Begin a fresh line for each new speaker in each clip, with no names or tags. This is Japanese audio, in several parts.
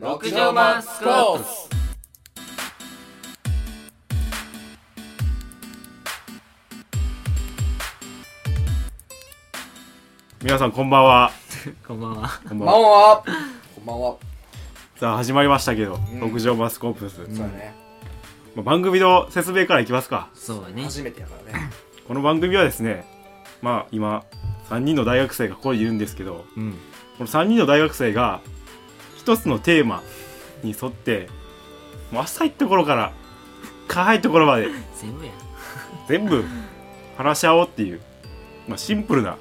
極上マンスコース
皆さんこんばんは
こんばんは
こんばん
まん
は
はこんばんは
さあ始まりましたけど
ん
極上マスコープス、
そうだね
まあ番組の説明からいきますか
そうだね
初めてやからね
この番組はですねまあ今3人の大学生がここにいるんですけど
うん
この3人の大学生が一つのテーマに沿ってもう浅いところから深いところまで
全部や
全部話し合おうっていう、まあ、シンプルな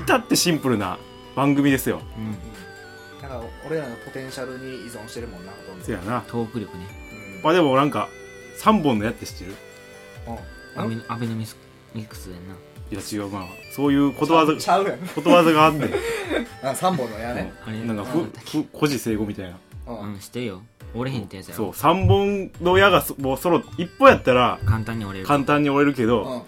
至ってシンプルな番組ですよ
うん
だから俺らのポテンシャルに依存してるもんなほとんど
せやな
トーク力ね
うん
まあでもなんか3本のやつ知ってる
アベノアベノミスミックスやんない
や違うまあそういうこ
こと
わざ
ちゃうやん
ことわざがあんねん
あ三本の矢ね
あれ
なんか
あ
ふ
ったっけ
ふ孤児生語みたいな
う
うんんしてるよ折れへんってやつや
そう
ろ
3本の矢がそもうそろ一本やったら
簡単に折れる
簡単に折れるけ
うん
ど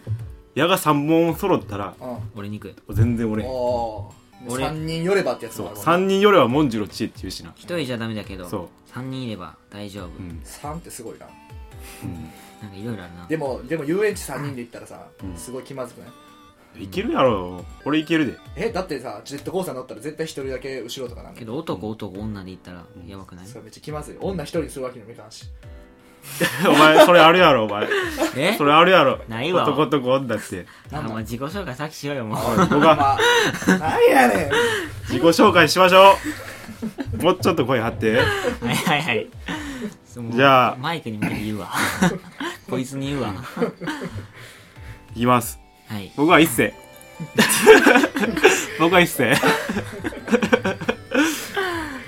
矢が3本揃ったら
う
折れにくい
全然折
ん
れへん
おー
俺
三人寄ればってやつ
そ
もあ
う
る
3人よりは文次郎知恵っていうしな
一人じゃダメだけど
そ
三人いれば大丈夫
ううん、
三ってすごいな
なんかいろいろあるな
でもでも遊園地三人で行ったらさ
うん
すごい気まずくない
うん、いけるやろ俺いけるで
えだってさジェットコースター乗ったら絶対一人だけ後ろとかなんだ
け
よ
ど男男女で言ったら
うん
やばくない
それめっちゃ気まずい女一人にするわけにもいかんし
お前それあるやろお前
え
それあるやろ
ないわ
男と女って
あもう自己紹介さっきしろよもう
僕が
まあなんやねん
自己紹介しましょ うもうちょっと声張って
はいはいはい
じゃあ
マイクに向けて言 うわこいつに言うわ
いきます
はい
僕は 一世僕は一世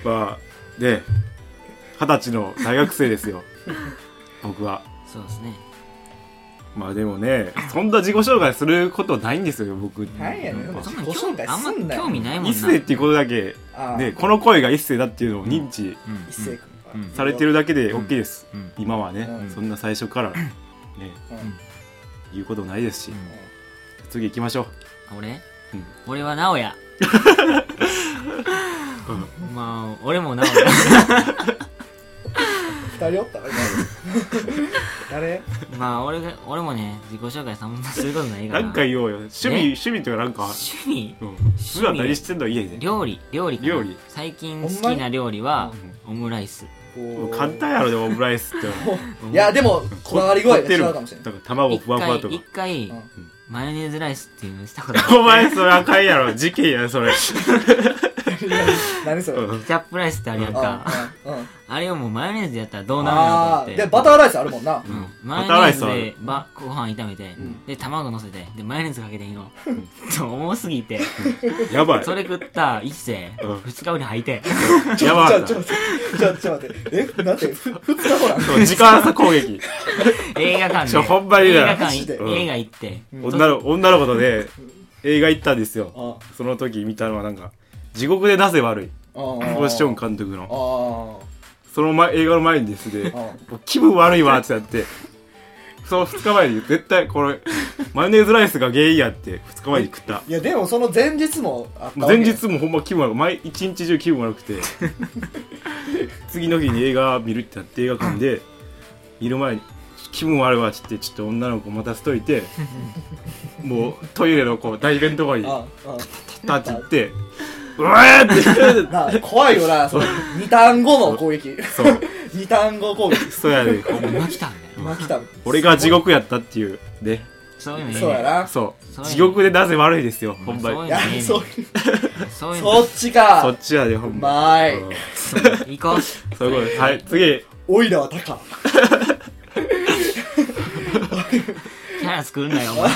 まあね二十歳の大学生ですよ僕は
そうですね
まあでもねそんな自己紹介することないんですよ僕
なんやねん
そん
自己
なん
紹
興
介
あん
すん
ま
なよ
興味ないもんな
一世っていうことだけ
ああ
ねこの声が一世だっていうのを認知
うん
一斉君
うん
されてるだけで OK です、
うんうん
今はね、
うん
そんな最初からね
うん
言うことないですし、
うん
次行きましょう
俺
うん
俺は直哉 まあ俺も直
二人おったら誰
哉まあ俺が俺もね自己紹介さんなすることないから
なんか言おうよ趣味、
ね
趣味とかなんか、
趣味
うん、
味
普段何してんの家で
料理料理かな
料理
最近好きな料理はオムライス
こう
簡単やろでもオムライスって
いやでもこだわり具合が
凝って
違
る
うかもしれない
だから卵
一
ふわふわ
回
とか
一回
うん
マヨネーズライスっていうのしたことあ る
お前それあかんやろ事件や それ
何それ
う
うんうん
ん
ケチャップライスってあるやんか
うん
あれをもうマヨネーズでやったらどうなるのか
あー
と思って
でバターライスあるもんな
うんマ
バ
ヨ
ターラ
ネ
イ
ー
ス
ズ
は
でばご飯炒めて、
ん
で卵乗せてでマヨネーズかけていいの ちょ重すぎて
やばい
それ食った一世
うん
二日後に吐いて
やばかっ
ちょっとち
た
ょっとちょっと待ってえなんてふ二日ほら
そう時間差攻撃
映画館
ちょ
で
ほんまに
映
な
画
マ
館
ジ
い
で
うん
映画行って
女の女の子とね映画行ったんですよ
あ
その時見たのはなんか「地獄でなぜ悪い」
あ
オーション
か
監督の
あ
その前映画の前にですね
ああ
もう気分悪いわってなってその2日前に絶対これマヨネーズライスが原因やって2日前に食った
いやでもその前日もあった
もう
わけ
前日もほんま気分悪く毎一日中気分悪くて次の日に映画見るってなって映画館で見る前に気分悪いわって言ってちょっと女の子待たせといてもうトイレのこう台弁のとこに立
ああ
って行ってうわーって
な怖いよなその二単語の攻撃
そう
二単語攻撃
そうやで、ほんま
今来たんだよ
まあ来た
俺が地獄やったっていうね
そういうのええねん
そうやな
そう
そうやね
地獄でなぜ悪いですよほんま
そう
に
い
や
や
ね
そういう
そういう
そ
の
っち
そ
か
っちやでほ
うん
ま
まい
うん
行こう
そういうことですはい次
おいらはタカ
キャラ作るんだよお前
い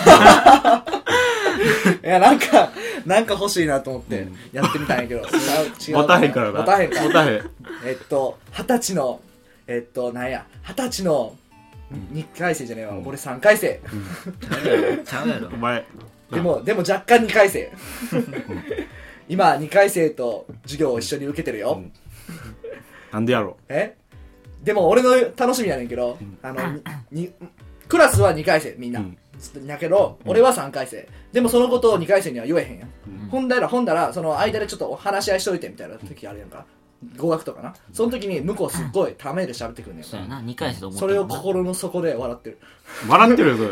やなんかなんか欲しいなと思ってやってみたんやけど違う違う
持たへんからな
持たへんか
持たへん
えっと二十歳のえっとなんや二十歳の2回生じゃねえわ
うん
俺3回生
ちゃうやろ
お前
でもでも若干2回生 今2回生と授業を一緒に受けてるよ
うんなんでやろ
えでも俺の楽しみやねんけどあのににクラスは2回生みんな
うん
だけど俺は3回生でもそのことを2回生には言えへんやん
う
ほんだら、ほんだら、その間でちょっとお話し合いしといてみたいな時あるやんか。語学とかなその時に向こうすっごいためで喋ってくるね
そうやな2回生と思って
それを心の底で笑ってる
笑ってるよそれ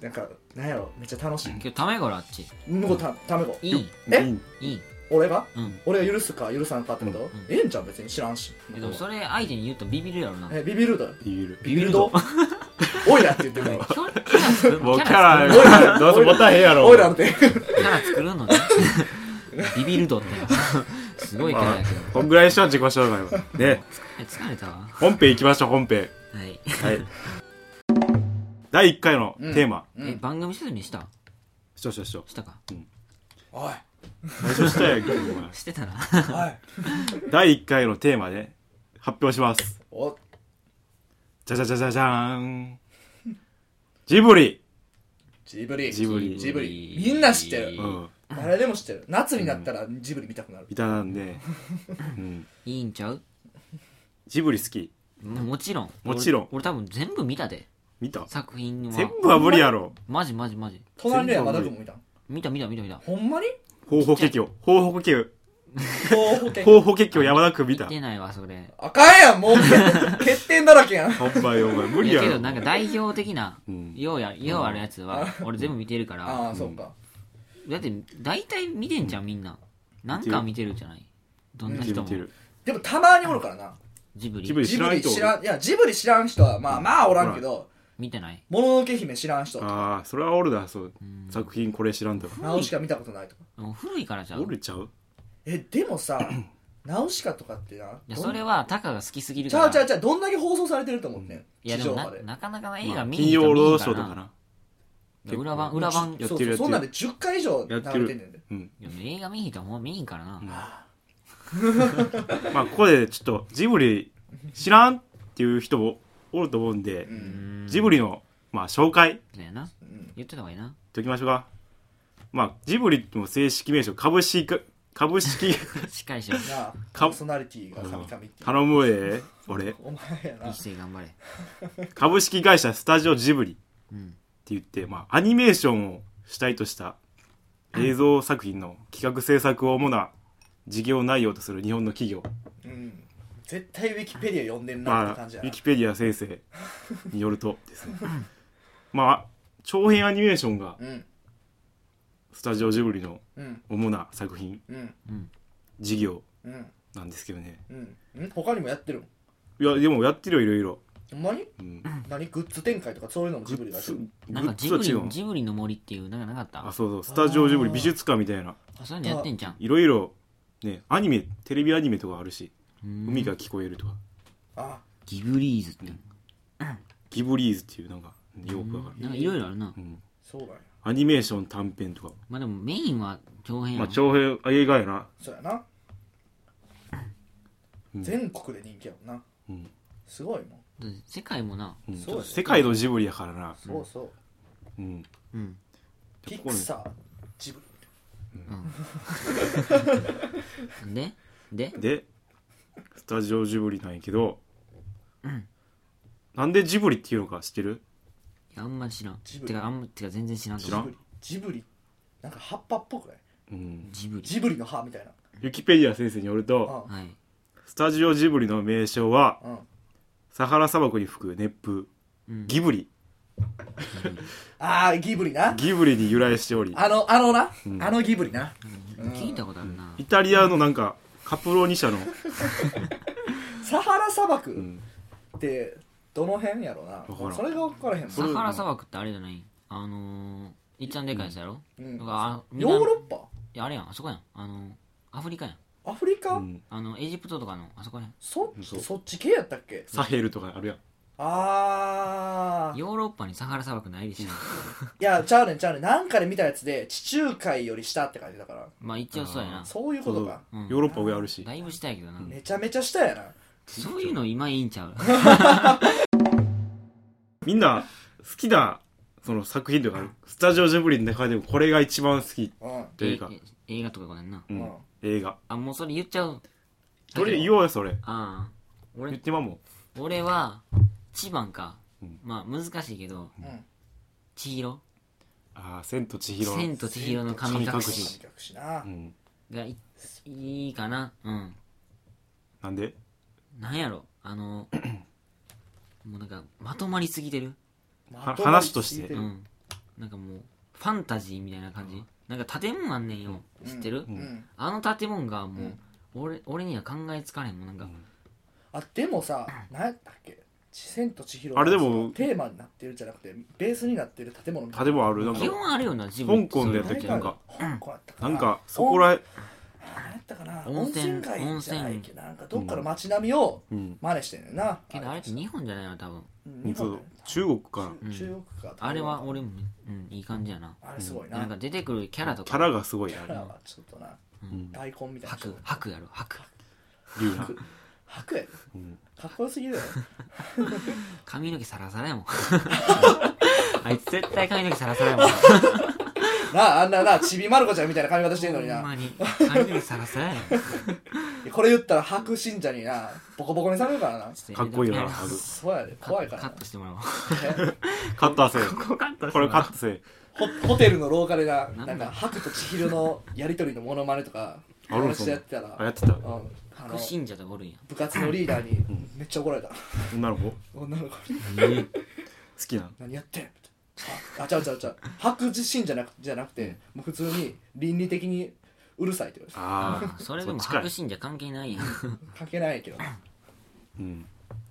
なんかなんやろめっちゃ楽しい
今日ためごろあっち
向こうたためご
いい
え
うん
いい
俺が
うん
俺が許すか許さんかってこと、ええんちゃん別に知らんし
えでもそれ相手に言うとビビるやろな
えビビるだよ
言える
ビビるどおいらって言ってる
キャラキャラ作る
もうキ
作
ャ
る
ラどうせ持たへんやろ
おいらって
キャラ作るの ねビビるドってすごいキャラや けど
こんぐらいでしょ自己紹介はね
え疲れたわ
本編行きましょう本編
はい
はい第1回のテーマ、
うん
え番組説明した
しょしょしょ
したか
おい
最初したやんけお前
して たな
おい
第1回のテーマね発表します
お
じゃじゃじゃじゃじゃーんジブリ、
ジブリ
ジブリ
ジブリみんな知ってる
うん、
誰でも知ってる夏になったらジブリ見たくなる
いたなんで、うん、
いいんちゃう
ジブリ好き
もちろん
もちろん
俺俺多分全部見たで
見た
作品は
全部は無理やろ
マジマジマジ
隣の山田君も見た
見た見た見た見た
ほんまに
方法結局方法結局
東北県
方法結局山田君見
見
た
てないわそれ
あかんや んもう欠点だらけやん
ほんまよお前無
い
理
や
や
け
ろ
どなんか代表的な
うん
ようやようあるやつは俺全部見てるから
ああそうか
だって大体見てんじゃんみんななんか見てるじゃないどんな
見てる
人
見
も
てる
でもたまにおるからな
ジブ
ジブ
リ
リ知
ジ
ら
ブ
ない
リ
と
知らんいやジブリ知らん人はまあまあおらんけど
見てない
もののけ姫知らん人
ああそれはおるだそう作品これ知らんとか
ナウシカ見たことないとか
もう古いからじゃん
おるちゃう
えでもさナウシカとかってない
やそれはタカが好きすぎる
ち
か
ゃう
ら
ちゃうちゃうどんだけ放送されてると思うね
いや
地
で
上
もな
波で
なかなか映
ま
画
あ
見
金
に行
曜
ったら
ロード
見え
シ
へ
ョー
ん
と
から
かな
裏番裏番
やってる
そうそう
やってる
そんなんで10回以上流れてんねんで
うん
いや映画見に行ったらもう見えんからな
まあここでちょっとジブリ知らんっていう人もおると思うんで
う、ん
ジブリのまあ紹介
そうやな
うん
言ってた方がいいな
ときましょうかまあジブリの正式名称株式株式
しっかりしよう
なあパ
か
ーソナリティが神々っていう
頼むで俺
お前やな
一斉頑張れ
株式会社スタジオジブリって
うん
言って、まあ、アニメーションを主体とした映像作品の企画制作を主な事業内容とする日本の企業、
うん絶対ウィキペディア読んでんなって
まあ、ウ
感じやな
ィキペディア先生によるとで すねまあ長編アニメーションが
うん
スタジオジブリの
うん
主な作品
うん
事業
うん
なんですけどね
うんうん他にもやってるん
いやでもやってるよいろいろ、
ほんまに
うん、
何グッズ展開とかそういうのもジブリがやってる
なんかジブ
グ
リ
ッズは違う
ジブリの森っていうなんかなかった
あ
あ
そうそうスタジオジブリ美術館みたいな
そういうのやってんじゃん
いろいろねアニメテレビアニメとかあるし
海
海が聞こえるとか
あ
ギブリーズって
ギブリーズっていうなんかよくわかる、
なんかいろいろあるな
うん、
そうだよ
アニメーション短編とか、
まあでもメインは長編や
まあ、
ろ
長編映画やな
そうやな
うん
全国で人気やもんな
うん
すごいもん
だって世界もな
うん
そうだよ
世界のジブリやからな、
そうそう
うん、
うん
で
ピ
ここ
ク
に
サージブ
でで
でスタジオジブリなんやけど、なんでジブリっていうのか知ってる
いやあんまり知らん
ジブリ
てかあんまてか全然知らんと
知ら
思う
ん
リジブリなんか葉っぱっぽくない
うん
ジブリ
ジブリの葉みたいな
ウィキペディア先生によると
う
はい
スタジオジブリの名称は
んうん
サハラ砂漠に吹く熱風
うん
ギブリ
ああギブリな
ギブリに由来しており
あのあのな
うん
あのギブリな
聞いたことあるな
イタリアのなんかカプロニ社の、
サハラ砂
う
漠
ん
ってどの辺やろな
からん
それが分からへんもん
サハラ砂漠ってあれじゃないあのーいっちゃんでかいやつやろ
うん
だからあ
ヨー
南
ロッパ
いやあれやんあそこやんあのーアフリカやん
アフリカ、
うん
あのエジプトとかのあそこやん
そ
そう
そっち系やったっけ
サヘルとかあるやん
あー
ヨーロッパにサハラ砂漠ないで しょ
いやちゃうねんちゃうねんなんかで見たやつで地中海より下って感じだから
まあ一応そうやな
そういうことか
うん
ヨーロッパ上あるし
だいぶしたやけどな
めちゃめちゃ下やな
そういうの今いいんちゃう
みんな好きなその作品とかあるスタジオジブリの中でもこれが一番好き
うん
というか
え、え映画とかごめんな
うん
うん
映画
あもうそれ言っちゃう
どれ言おうよそれ
ああ
言っ
俺
てまうもん
俺は一番か
うん
まあ難しいけど
うん
千尋
ああ千と千尋
千と千尋の神隠
神隠
し
し
神隠しな
うん
がいいいかなうん
なんで
なんやろあのもうなんかまとまりすぎてる
は話として
まとまりすぎ
う
る
んなんかもうファンタジーみたいな感じなんか建物あんねんよ知ってる
うん
うん
あの建物がも
う
うん俺俺には考えつかれんもうなんか
あでもさ何やったっけ「千と千尋」
あれでも
テーマになってるんじゃなくてベースになってる建物みたいな
建物あるなんか
基本あるよな自分
香港でやったっ
時
け
な
なんん
か
か
香港やったかな
なんかそこらへ
何やったかな
温
温
泉
泉街じゃないっけなんかどっかの街並みを
うん
真似してんねんな
けどあれって日本じゃないの多分
うん日
そ
本
う中国か
うん
中国か
あれは俺もうんいい感じやな
あれすごいな
なんか出てくるキャラと
キャ
か
ラがすごい
キ
あ
ャ
る
ラはちょっとな
うん
大根みたいな
白白やろ白
龍な
白やで
うん
かっこよすぎるよ
髪の毛サラサラやもんあいつ絶対髪の毛サラサラやもん
なああんななちびまる子ちゃんみたいな髪型してんのに
ほ
な
んまに髪の毛サラサラやもん
これ言ったら白信者になボコボコにされるからな
かっこいいよな
カ
ハグ
そうやで怖いか
カ
ら
ットしてもらおう
な
カットせ
こカット
これカットせ
ホホテルの廊下でな
なんだ
なんか白と千尋のやりとりのモノマネとか
あるん
私やってたら
あやって
う
た
んあの
信者とかおるんや
部活のリーダーにめっちゃ怒られた
女の子好
女の子に
きなの
何やってんああちゃうちゃうちゃう白自身じゃなくじゃなくてもう普通に倫理的にうるさいって言われ
ああ
それでも
っちか
白信者関係ないやん
た関係ないけど
うん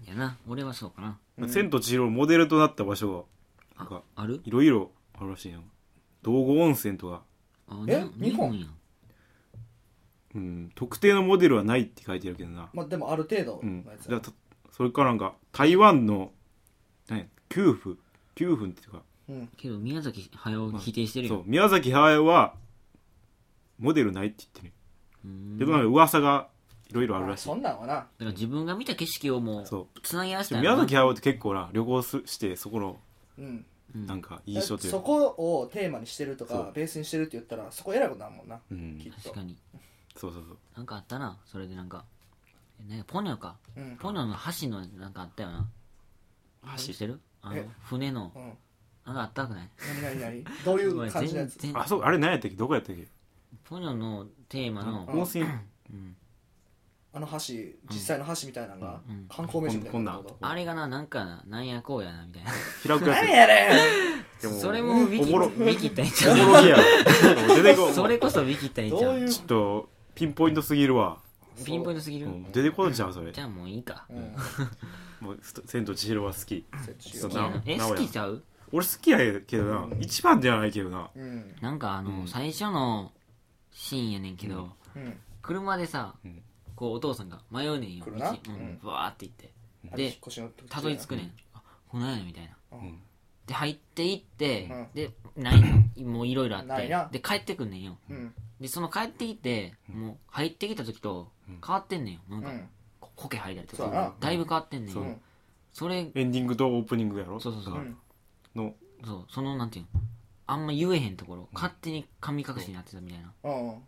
やな俺はそうかな
千と千尋のモデルとなった場所がなん
あ
か
ある
いろいろあるらしいな道後温泉とか
あ
え
に
日本
やん
うん特定のモデルはないって書いてるけどな
まあでもある程度
うん
のやつ
だとそれからなんか台湾の何や給付給付っていうか
うん
けど宮崎駿否定してる
そ
よ
う宮崎駿はモデルないって言ってる
うーん
で
だか
もなんか噂がいろいろある
ま
ら
あ
しい
そんなんはな
ら自分が見た景色をもう
そ
つなぎ合わせ
で
た
も
んや
宮
な
崎駿って結構な旅行すしてそこの
うん
うん
なんか印象という
そ
か、
こをテーマにしてると
そ
か
う
ベースにしてるって言ったらそこ偉いことなんもんな
うん
き、っ
確
と
かに
そうそうそう
なんかあったなそれでなんかえねポニョか
うん
ポニョの橋のなんかあったよな橋してるあの
え
船の
うん
なんかあったくない
何何何どういう感じのやつ
全然
あそうあれ何やったっけどこやったっけ
ポニョのテーマの
温泉
うん
あの橋実際の橋みたいなのが
うん
観光名所みたいな
こん
こと
あれがななんかななんやこうやなみたいな
開くや
何やね
つでも
それもウィ キ
おもろ
ウィキったんち
お
ゃ
もろぎやろ 出てこ
うそれこそウィキったん
ん
ち
ど
ゃ
う
う
いう
ちょっとピンポイントすぎるわ、
ピンポイントすぎ
う
る
ん、出てこんじゃんそれ
じゃあもういいか
うん
もう「千と千尋」は好き
設置
そうな
を
ん
え
名
好
古屋
きちゃう
俺好きやけどな、
うん
一番ではないけどな
うん
なんかあの、
うん
最初のシーンやねんけど、
うん
うん
車でさ、
うん
こうお父さんが迷うねんよ
来るな
道うん
うん
ブワーって行って
あ
で
れ引っ越しの時
たどり着くねん、あこんなんやみたいな
うん
で入っていって、
うん
でないのもういろいろあって
ないな
で帰ってくんねんよ
うん
でその帰ってきて、もう入ってきた時と
うん
変わってんねんよなん
う
か、
ん
こコケ入ったりと
そうや
か
な
だいぶ変わってんねん
う
よ
ん
それ
エンディングとオープニングやろ
そうそうそう
だか
うん
らの
そうそのなんていうのあんま言えへんところ勝手に神隠しになってたみたいな
うん
あの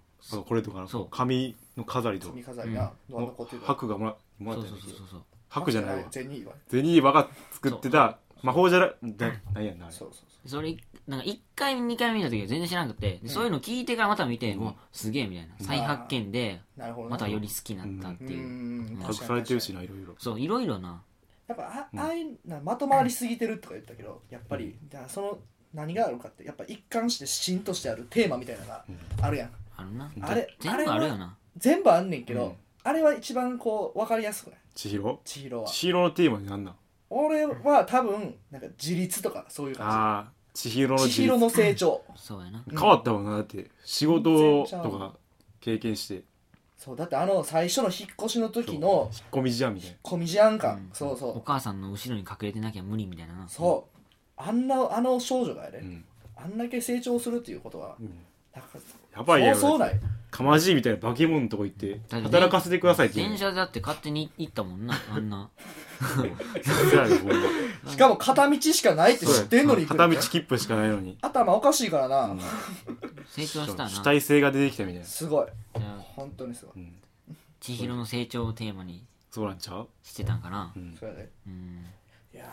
これとかな
そう
紙の飾りと
積み飾りなどんなこってる
白がもらもら
そ
っ
う
た
そう
や
そ
つ
うそうそう
白じゃないわ
全員は
ゼニーバが作ってた魔法じゃらななんやんなあれ
そうそうそ
それなんか1回目2回目見た時は全然知らなくて、でそういうの聞いてからまた見て、うわすげえみたいな再発見で
うなるほど
またより好きになったって
う
いう、
ん
隠されてるしないろいろ
そういろいろな
やっぱあああいうなまとまりすぎてるとか言ったけどやっぱりだからその何があるかってやっぱ一貫してしんとしてあるテーマみたいなのがあるやん
あるな
あれ
全部あるよな
全部あんねんけ
う
ど
ん
あれは一番こう分かりやすくない
千尋
千尋は
千尋のテーマになんなん
俺は多分なんか自立とかそういう感
ああ千尋の
じ
自
千尋
立
の成長
そうやな
変わったもんなだって仕事とか経験して
そうだってあの最初の引っ越しの時の
引っ込みじゃんみたい
コミジアン
う
感
ん
そうそ
お
う
母さんの後ろに隠れてなきゃ無理みたいなな
そうあんなあの少女がやで
なうん
あんだけ成長するっていうことは
うん
なんか
やばいや
そうそう
ろ
ない
かまじいみたいな化け物のとこ行って
だって
働かせてくださいって言うの
電車だって勝手に行ったもんなあんな
辛いよほんま
しかも片道しかないって知ってんのに行く
片
ん
道
だよ
切符しかないのに
頭おかしいからな、
成長したな
主体性が出てきたみたいな
すごい
じゃあ
本当にすごい、
うん
千尋の成長をテーマに
そうなんちゃう
してたんかな
うん
それで
うん
いや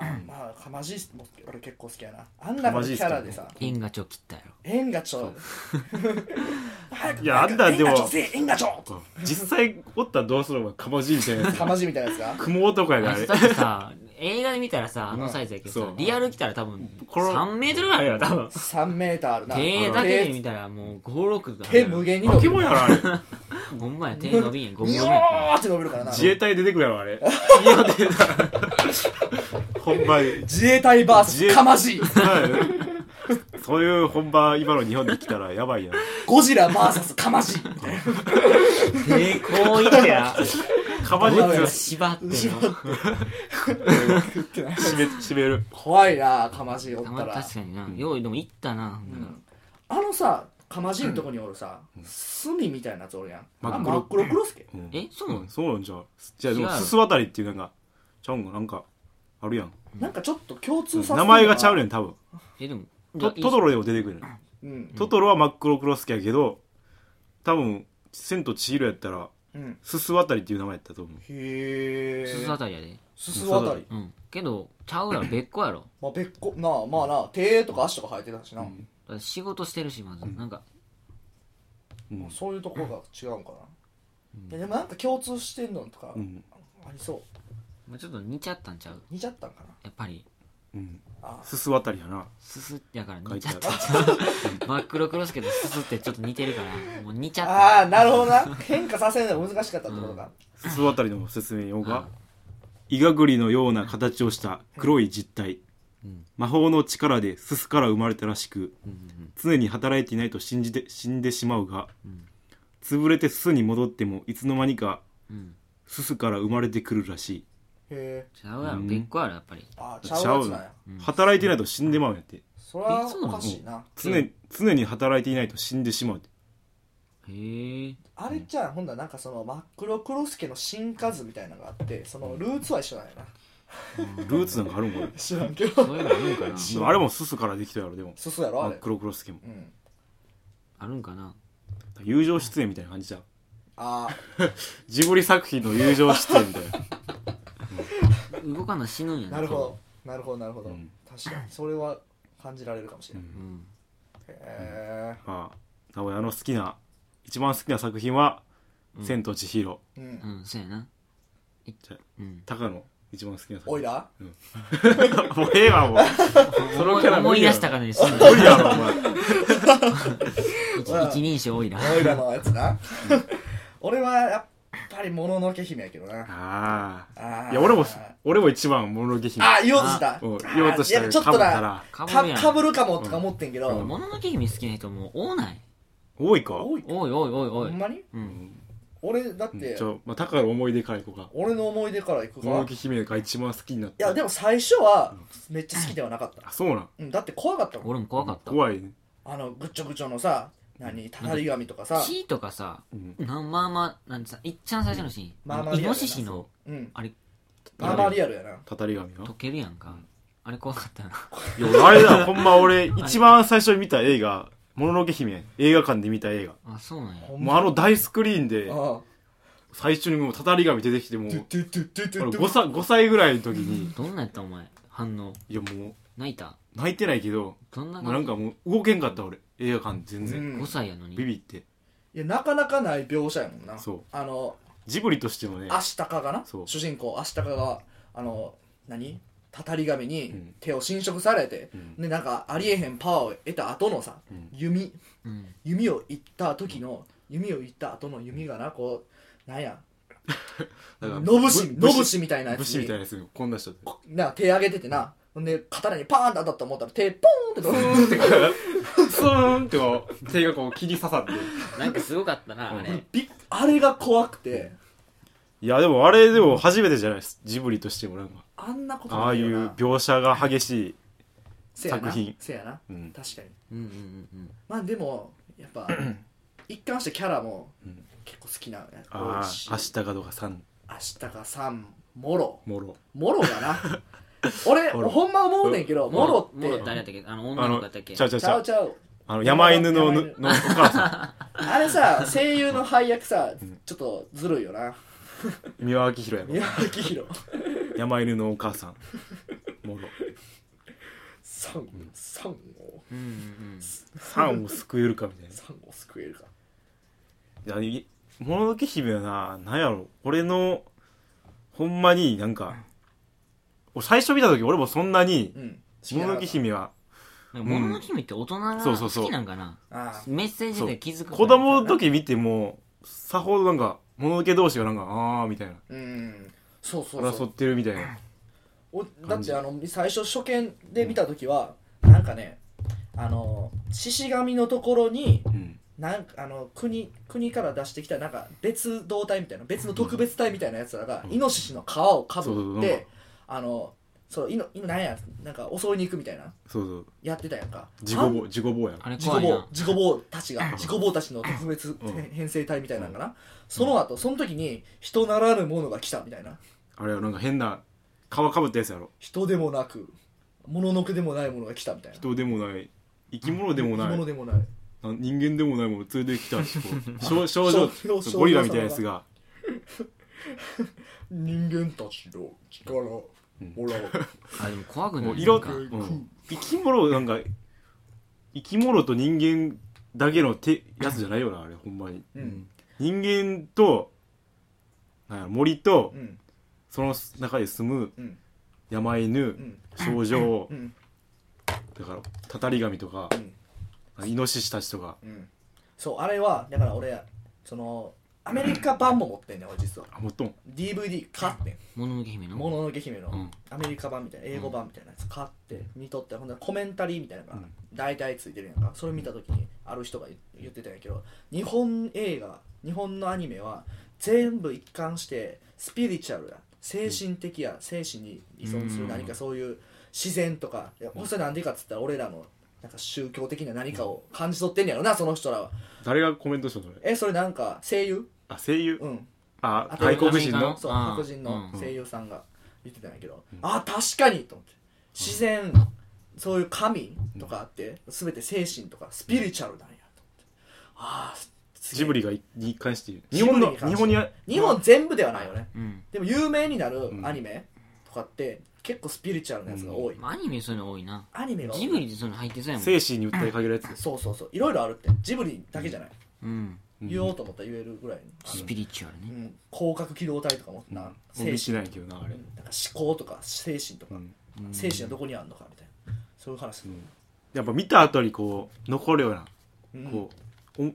ーまあかまじいっすも俺結構好きやなあんなのキャラでさ
縁がちょ切ったやろ
縁がちょ 早く
いやあんなでも
縁がちょせえ縁がちょ
実際おったらどうするのかかまじいみたいなやつ
かまじいみたいなやつが
雲男や
あ
があ
い
れ
つだってさ映画で見たらさあのサイズやけど
そ
さ
う
リアル来たら多分
この
3メートルぐらいあるよ多分
3メーターあるな
手だけで見たらもう56だ
手無限に
化
伸
け
びる
物やろあれ
ほんまや手伸びんやんゴム
に
ゴ
ょ
ムや
ーって伸びるからな
自衛隊出てくるやろあれ いや出て たほんまに
自衛隊バー
自
ス
衛
かまじい
そういう本場今の日本に来たらやばいやん
ゴジラバーサスかまじい
手こういっ てな
かまじいっ
う
て
わ
縛ってんの
締め締める
怖いなかまじいおった
ま
ら
確かになようでも行ったなだか
あのさかまじいのとこにおるさ炭みたいなやつおるやん
真
あ
っ黒
真っ黒黒助
うん
えそうなの
んそうなんじゃうじゃあでも
違う
すす渡りっていうなんかちゃうんかなんかあるやん
なんかちょっと共通さ
名前がちゃう
ね
ねん多分
らえでも
トトトロでも出てくるねん
うん
トトロは真っ黒クロスケやけど多分「千と千尋」やったら
うん
「すす渡り」っていう名前やったと思う
へえ
すすあたりやです
すあたり
うんけどちゃうや ろ別個やろ
まあ別個なあまあな手とか足とか生えてたしな、
だから仕事してるしまずなんか
うん
そういうところが違うんかな、いやでもなんか共通してんのとか
うん
ありそう
まあちょっと似ちゃったんちゃう
似ちゃったんかな
やっぱり
うん
あ
すす渡りやな
すすやから
書
似
い
ち
て
ゃ
あ
っ
る
た 真っ黒クロスケとすすってちょっと似てるからもう似ちゃった
あーなるほどな 変化させるのが難しかったってことか、
すす渡りの説明用がイガグリのような形をした黒い実体
うん
魔法の力ですすから生まれたらしく
うんうん
常に働いていないと信じて死んでしまうが
うん
潰れてすすに戻ってもいつの間にか
うん
すすから生まれてくるらし
へえ
ちゃうやろ
うん
別個やろやっぱり
あー
い
ちゃうやつなんや
ちゃうの働いてないと死んでまうんやって
それはおかしいな
常に常に働いていないと死んでしまうって
へえ
あれじゃんほんだらなんかその真っ黒クロスケの進化図みたいなのがあってそのルーツは一緒なんやな
ルーツなんかあるんこれ
知らんけど
そういうのあるん かな
でもあれもすすからできたやろでも
そうそうやろあ
真
れ
っ黒クロスケも
うん
あるんかな
友情出演みたいな感じじゃん
あ
ジブリ作品の友情出演みたいな
動かな死ぬんや
あ
な
なるほどなるほどなるほど、
うん
確かにそれは感じられるかもしれない、
うん
うん
へえ
まあ名古屋の好きな一番好きな作品は「千と千尋
うん
うんそうやな行っ
じゃあ
うん」
高野一番好きな作
おい
品
ら
もうええわもうそのキャラ
思
無
い
理や
出し
ろ
たかのように
無理やろお前
一一人称多いな
おいらのやつな俺はやっぱりもののけ姫やけどな
あ
あ
あ
ー
いや俺も俺も一番もののけ姫
あ言おうとした
うん言おうとし
あ
た
い
ら
やちょっ
か
と
ぶっ
な
たら
かぶ
か
るやん
かぶるかもとか思ってんけど、
もののけ姫好きな人もう多ない
多いか
多い
おいおいおい
ほ
おい
んまに
うん
俺だっ
うん
て
ちょまあ高野の思い出からいこうか
俺の思い出からいくか
もの
ら
の
い
け姫が一番好きになった
やでも最初はめっちゃ好きではなかった
あそうなん
うん、だって怖かったもん
俺も怖かった
怖いね
あのぐっちょぐちょのさ何たたり神とかさ
シーとかさ
うん
なまあまあなんてさいっちゃん最初のシ
まあまあ
ーン
リア
イ
ルやな
ノシシの
うん
あれ
まあまあリアルやな
たたり神が
溶けるやんかあれ怖かったない
やあれだほんま俺一番最初に見た映画「もののけ姫」映画館で見た映画
あそうなんや
ほん
もうあの大スクリーンで
ああ
最初にもうたたり神出てきてもう
トゥトゥトゥトゥトゥト
俺5
ゥ
歳 ,5 歳ぐらいの時に
どんなんやったお前反応
いやもう
泣いた
泣いてないけど
どんな
もうなんかもう動けんかった俺映画館全
う
然、
ん
5歳やのに
ビビって
いやなかなかない描写やもんな
そう
あの
ジブリとしてもね
アシタカがな
そう
主人公アシタカがあの何たたり神
う
に
ん
手を侵食されて、
うん
でなんかありえへんパワーを得た後のさ、
うん
弓
うん
弓をいった時の弓をいった後の弓がなこうなんや
だから
のぶし
ぶ
のぶしみたいなや
武
つ
士み
に
たいなやつこんな人で
な手上げててなほんで刀にパーンって当たったと思ったら手ポーンって
スーンってこうスーンってこう手がこう切り刺さって
なんかすごかったなあれ
びっあれが怖くて
いやでもあれでも初めてじゃないですジブリとしてもなんか
あんなこと
ああ
ないいよ
う
な
描写が激しい、
せやな
作品
せやな
うん、
確かに
うんうんうん
まあでもや っぱ一貫してキャラも
うん
結構好きなやつ
あ
多いし
あ明日かどうか3
明日がさんもろ
もろ
もろが な俺
もろ
ほんま思うねんけど
うん
もろって
モロってあれやったっけあの女
あ
の
の
子やったっけ
ちゃうちゃう
ち
ちゃ
ゃう
う
ちゃう
あの山犬の
山
ぬ
犬
のお母さ
あれ さ声優の配役さちょっとずるいよな
ん三輪明宏やろ
宮脇宏
山犬のお母 さんもろ
サンゴサンゴ
うんうん
サンを救えるかみたいな
サンゴ救えるか
いやいもののけ姫はななんやろ俺のほんまになんか俺最初見た時俺もそんなに
うん
もののけ姫は
なんか物の姫って大人が
そうそうそう
好きなんかな
あ
メッセージで気づく
子供の時見てもさほどなんかもののけ同士がなんかああみたいな
あうんそうそうそ
争
う
ってるみたいな
おだ
感
っ
じ
てあの最初初見で見た時はなんかねあの獅子神のところに
うん
なんかあの国国から出してきたなんか別動隊みたいな別の特別隊みたいなやつらが、イノシシの皮をか
そうそう
ぶ
な
っ
んか
てあのそういのいのなんやなんか襲いに行くみたいな
そうそう
やってたやんか
自己棒自己棒やん
あれ
自己
怖い
棒
な
自己棒たちが自己棒たちの特別
うん
へん編成隊みたいなのかな、その後その時に人ならぬものが来たみたいな
あれはなんか変な皮かぶったやつやろ
人でもなくもののけでもないものが来たみたいな
人でもない生き物でもな
生き
い
物でもない
な人間でもないもの連れてきたしこ う少少
少
女
少
ゴリラみたいなやつが
人間たちの力をら う、
あでも怖くな
もう
い
色、
なんか
うん、生き物なんか生き物と人間だけの手やつじゃないよなあれほんまに、
うん
人間となんや森と
うん
その中で住む
うん
山
う
犬、
ん
少女
う、ん
だからたたり神とか
う、ん
イノシシたちとか
うんそうあれはだから俺そのアメリカ版も持ってんねん俺実は
あもっとん
DVD 買ってん
もののけ姫の
もののけ姫
う
の
ん
アメリカ版みたいな英語版みたいなやつ買って見とってほんでコメンタリーみたいなのが
うん
大体ついてるやんかそれ見た時にある人が言ってたんやけど日本映画日本のアニメは全部一貫してスピリチュアルだ精神的や精神に依存する何かそういう自然とかいやそれなんでかっつったら俺らのなんか宗教的な何かを感じ取ってんねやろなその人らは
誰がコメントしたのそれ
えそれなんか声優
あ声優
うん
あ
あと
外国人
アメリカ
の
の
そう
あー
白人の
うん
声優さんが言ってたんやけど、あ確かにと思って自然そういう神とかあって、全て精神とかスピリチュアルなんやと思ってああ
ジブリがに関して言う
ジ
日
ブリ
本
に
の
関して
日本にあ
日本全部ではないよね
うん
でも有名になるアニメとかって結構スピリチュアルなやつが多い、
まあアニメそういうの多いな
アニメが多い
ジブリでそういうの入ってそうやもん
精神に訴えかけるやつ
そうそうそういろいろあるってジブリだけじゃない、
うん
言おうと思ったら言えるぐらいのあ
スピリチュアル
の、
ね
うん、広角機動隊とかもな、精
俺見て
神
ないけどなあ
な
れ
んか思考とか精神とか、
うん
精神はどこにあるのかみたいなそういう話、
やっぱ見た後にこう残るような
うん
こうお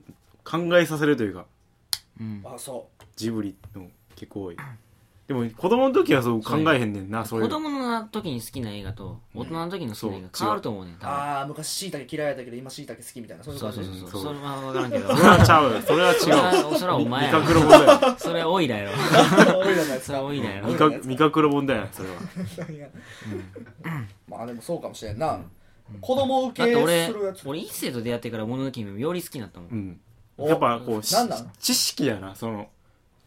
考えさせるというか
うん
あそ
ジブリの結構多いでも子供の時はそう考えへんねんなそう
子
いうの
供の時に好きな映画と大人の時の好きな映
うん
画
そう
変わると思うねん
う
多分
ああ昔しいたけ嫌いやったけど今しいたけ好きみたいなそういう
そ
こ
う
と
そう
ね
そうそう
そう
それは分からんけど
それはちゃうよそれは違
それ
う
はそれはお前
味
や
覚の問題や
それは多いだよ
俺らのやつ
それは多いだよ
味覚味覚の問題やそれは
まあでもそうかもしれんな、子供受
だっ
け
て
す
俺
るやつ
俺一世と出会ってからもののけ姫より好きになったもん
うん
お
やっぱこうし
なんなん
知識やなその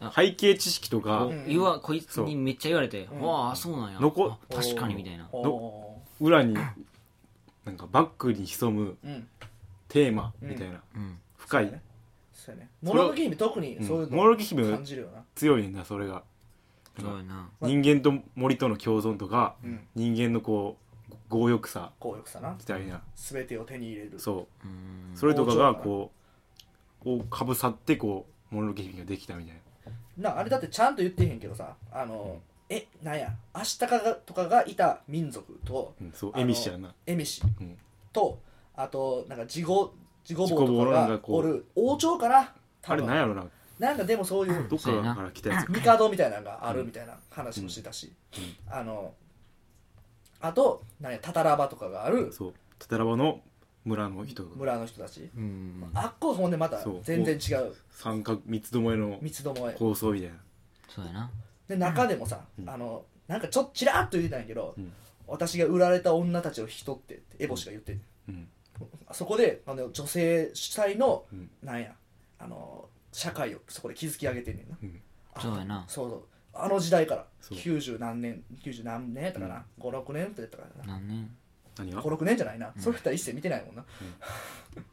あ
背景知識とか
ん
言わこいつにめっちゃ言われて
ん
わあそうなんや
のこ
あ確かにみたいな
おお
裏になんかバックに潜む
ーうん
テーマみたいな
うん
深
そう
い
ねそうやねも
それ
ののけ姫特にそういう
うんもの
の
のけ姫は
感じるよな
強いねんだそれが
そうやな
人間と森との共存とか
うん
人間のこう強欲さ
強欲さな
みたいな
全てを手に入れる
そううんそれとかがこうをかぶさってこうもののけ姫ができたみたいな
なあれだってちゃんと言ってへんけどさあの、えなんやアシタカがとかがいた民族と
うんそう
あの
エミシやな
エミシ
うん
とあとなんか地獄地獄
地獄
坊
坊
と
なん
か
か
が
こう
おる王朝かな
あ
多
れ
分
なんやろな
なんかでもそういう
どっか
そうやな
から来たやつ
帝みたいなのがあるみたいな話もしてたし、あのあとなんやタタラバとかがある
そうタタラバの村の人が
村の人たち
うん
あっこほんでまた
そう
全然違う
三角三つどもえの
三つどもえ
構想みたいな
そうやな
で中でもさ、
ん
あのなんかちょっとちらっと言ってたんやけど、
うん
私が売られた女たちを引き取ってってエボシが言ってて
うん
そこであの女性主体の、
うん
なんやあの社会をそこで築き上げてんねんな、
うん
あ
そうやな
そうそうあの時代から
そう
90何年90何年とかな、56年って言ったかな
何年
何が
56年じゃないな、それやったら一切見てないもんな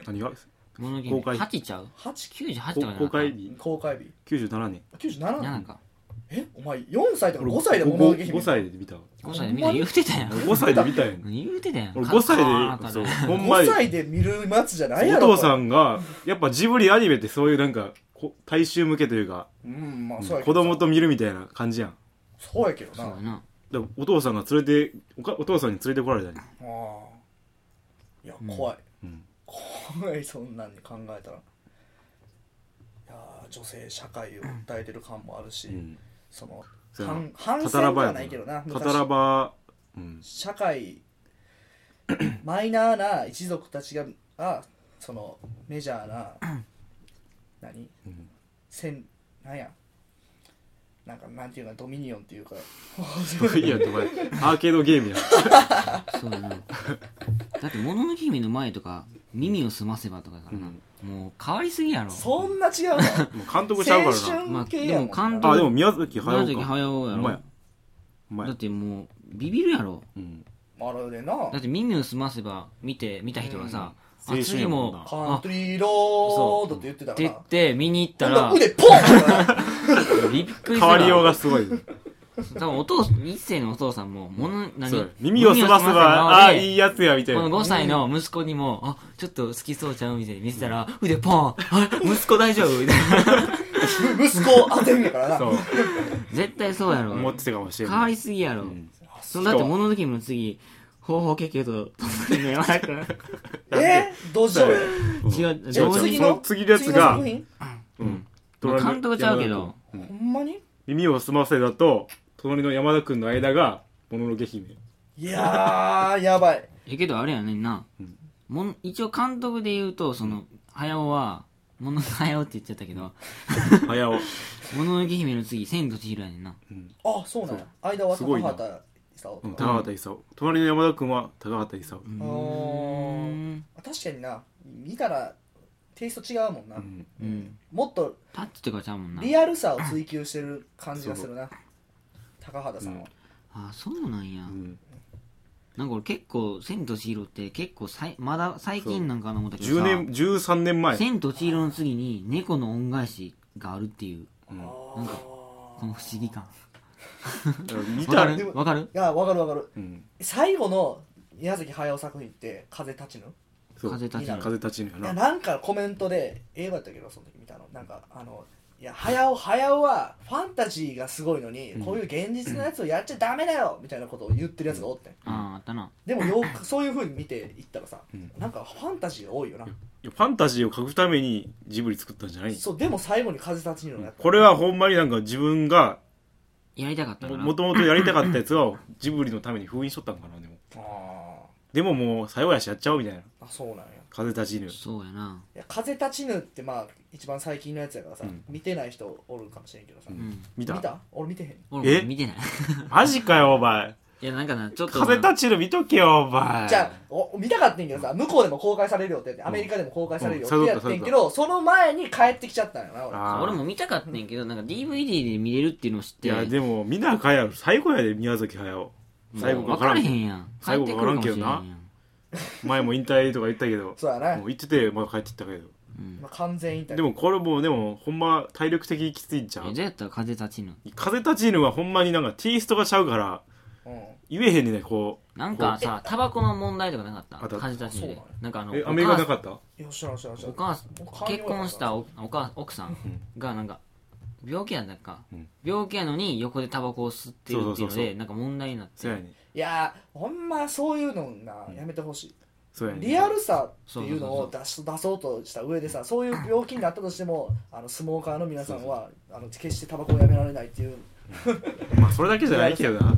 何が
もののけ
公開
姫8ちゃう
8
98とかじゃな
公
かった
開日
公開日
97年
97
7
年
か
えお前4歳とか
俺
5歳で物書き
5歳で見たわ
5歳でみんな言うてたやん
俺5歳で見たやん
言うてたやん
俺5歳
カ
で
ッコ
そ
ーンと
う
ね
ほんま
5
に
歳で見るやつじゃないや
お
ろ
父さんがやっぱジブリアニメってそういうなんかこ大衆向けというか
これうんまあそうやけ
子
ど
供と見るみたいな感じやん
そうやけどな
そうやな
だからお父さんが連れておかお父さんに連れてこられたね
ああいや怖い、
うん
怖いそんなんに考えたらいやー女性社会を訴えてる感もあるし、
うん
その
そうやな
反反戦
タタラ
で
バ
は
や
ないけどな
タタラバうん
昔社 会マイナーな一族たちががそのメジャーな何
うん
戦なんやなんかなんていうかドミニオンっていうか
いやんってお前アーケードゲームやん
そうやなだって「もののけ姫」の前とか「耳をすませば」とかやからな、もう変わりすぎやろ
そんな違 うの
もう監督ちゃう
青
から
ま
春
あ
系やもん
でも感
な
動
あでも宮崎
宮
駿
崎
か
駿や
ほんまや
ろ
お前
だってもうビビるやろ
うん
まるでな
だって耳をすませば見て見た人がさ、
うん
あ
青春
次
やもん
も
な
カントリーロードって言ってた
っ
か
て
ら
言って見に行った
今
ら
度腕ポン
びっくりする
変わりようがすごい
多分お父一世のお父さんももの何
そう耳をすませばああいいやつやみたい
この
な
5歳の息子にも、あ、ちょっと好きそうちゃうみたいに見せたら、腕ポンあれ息子大 丈夫みたいな。
息子を当てんやからな
そう
絶対そうやろ。
思ってたかもしれ
変
ない
わりすぎやろ。
うん
そのだって物のけの次、方法結局と、とね、山田君。
えどうしよう
違う、
え
上手
次
に。
の次のやつが
次の作
うん
まあ監督ちゃうけど、
品ほんまに
耳をすませだと隣の山田君の間がもののけ姫
いやーやばい
え、けどあれやねんな
うん。
もん一応監督で言うと、その、早尾は、もの、早尾って言っちゃったけど、
早尾
もののけ姫の次、千と千尋やねんな。
あそうなんや間は
すご
高
いな
畑さん
うん高畑勲隣の山田君は高畑勲
うー
ー
ん。
確かにな見たらテイスト違うもんな、
うん
うん。
もっと
タッチとかちゃうもんな。
リアルさを追求してる感じがするな高畑さんは、
あ、そうなんや。
うん
なんか俺結構「千と千尋」って結構さいまだ最近なんかな思ったけど
10
さ
年13年前
千と千尋」の次に「猫の恩返し」があるっていう
うん
なんかこの不思議感わ
見
か
たら
るわかる
いや分かる分かる
うん
最後の宮崎駿作品って「風立ちぬ」
そう
風立ち
風
ぬ
立ちぬや
いや
な
なんかコメントで映画やったけどその時見たのなんかあのいや早尾早尾はファンタジーがすごいのに、こういう現実のやつをやっちゃダメだよみたいなことを言ってるやつがおってん、
あああったな
でもよくそういうふうに見ていったらさ、
ん
なんかファンタジーが多いよな、
いやファンタジーを書くためにジブリ作ったんじゃない
そうでも最後に風立ちぬのやった、
これはほんまになんか自分が
やりたかったから
もともとやりたかったやつはジブリのために封印しとったんかなでも
あ
でももう最後やしやっちゃおうみたいな
ーあそうなんや
風立ちぬ
そうやない
や風立ちぬってまあ一番最近のやつやからさ、
うん
見てない人おるかもしれんけどさ、
うん
見た
見た俺見てへん
俺
え
も見てない
マジかよお前
いやなんかなちょっと
風立ちぬ見とけよお前
じゃあお見たかったんやけどさ向こうでも公開されるよってやってアメリカでも公開されるよってやってんけど、その前に帰ってきちゃったんやな俺
あー
俺も見たかったんやけどなんか DVD で見れるっていうのを知って
いやでもみんなあかんやろ最後やで宮崎駿最後
もう
か
分かられへ
ん
んやん帰
最
っ
後
て
分
く
から
る
ん
かもし
け
れへ
ど
ん
な
やん
前も引退とか言ったけど
そうやな
もう行っててまだ帰ってったけど
うん
まあ、完全引退
でもこれもうでもほんま体力的にきついんちゃ
え
う
どうやったら風立ちぬ
風立ちぬはほんまになんかテイストがちゃうから
うん
言えへんねんねこ
なんかさタバコの問題とかなか
あ
っ
った
た風立ちぬで
そうなの
なんかあの
うえ
お
アメリカ
母さ
なんかった
よっしゃよっしゃよっしゃ
お母さん
お母さん
結婚したおお母奥さんがなんか病気やんだっか、
うん
病気やのに横でタバコを吸ってるってい
そううそう
の
そうそ
で
う
なんか問題になって
そうやねん
いやーほんまそういうのなやめてほしい、
そうやねん
リアルさっていうのを出し出そうとした上でさそういう病気になったとしてもあのスモーカーの皆さんはあの決してタバコをやめられないっていう
まあそれだけじゃないけどな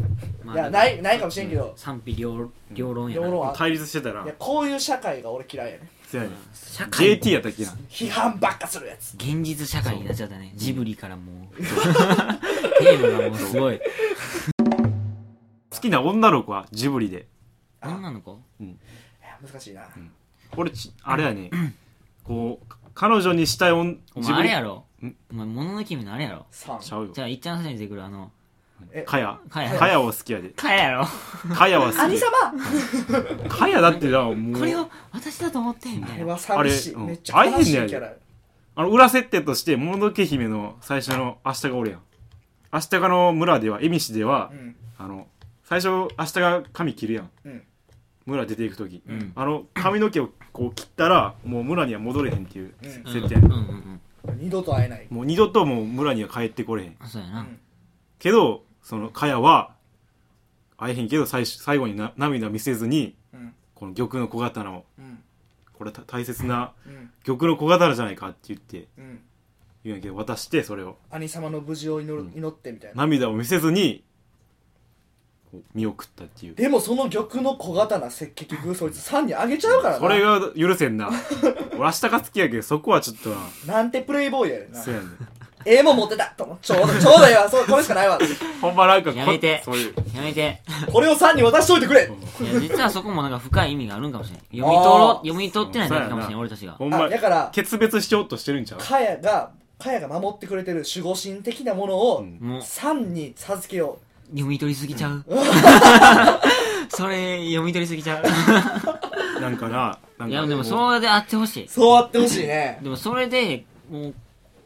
ま
いやないないかもしれんけど
賛否両両論やな
両論あ
対立してたら
いやこういう社会が俺嫌いやね
そうやねん
社会
JT やったっけな
批判ばっかするやつ
現実社会になっちゃったねジブリから もうテーマがもうすごい
好きな女の子はジブリで
女の子
いや難しいな、
俺ちあれやねんこう彼女にしたい女
お前あれや
ろ
ろ
ん
お前もののけ姫のあれやろ
さん
ちゃうよ
じゃあいっちゃん最初に出てくるあの
え
かや
かや
かやは好きやで
かややろ
かやは好
兄
き
様
でかやだってなも
これ
う
を私だと思ってみた
あ
い
れ
な
は寂しい、
あれうん
めっちゃ悲しいキャ
あれ変
ラ
あの裏設定としてもののけ姫の最初の明日がおるやん明日がの村では恵比寿では、
うん
あの最初明日が髪切るやん
うん
村出ていく時、
うん
あの髪の毛をこう切ったらもう村には戻れへんっていう
うん
設定、
うんうんうん
二度と会えない
もう二度ともう村には帰ってこれへん
あそうや
う
な、
ん
けどそのカヤは会えへんけど最終最後にな涙見せずに
うん
この玉の小刀を
うん
これた大切な
うん
玉の小刀じゃないかって言って
うん
言うんやけど渡してそれを
兄様の無事を祈る祈ってみたいな
涙を見せずにこう見送ったっていう
でもその玉の小刀せ結局そいつ3にあげちゃうからな
それが許せんな俺明日が好きやけどそこはちょっとな
なんてプレイボーイやねんな
そうやね
ええもん持ってたと思うちょうどちょうどいいわそうこれしかないわ
ほんまなんかこ
やめて
そういう
やめて
これを3に渡しといてくれ
いや実はそこもなんか深い意味があるんかもしれん読み取ろ
あー
読み取ってないだけかもしれ
そうや
ん
な
俺たちが
ほん
あ
ま
だから
決別しようとしてるんちゃう
カヤがカヤが守ってくれてる守護神的なものを
ん
もう
3に授けよ
読み取りすぎちゃう それ読み取りすぎちゃ
なんかなな
う
んか
いやでも
う
そうであってほしいう
そうあってほしいね
でもそれでもう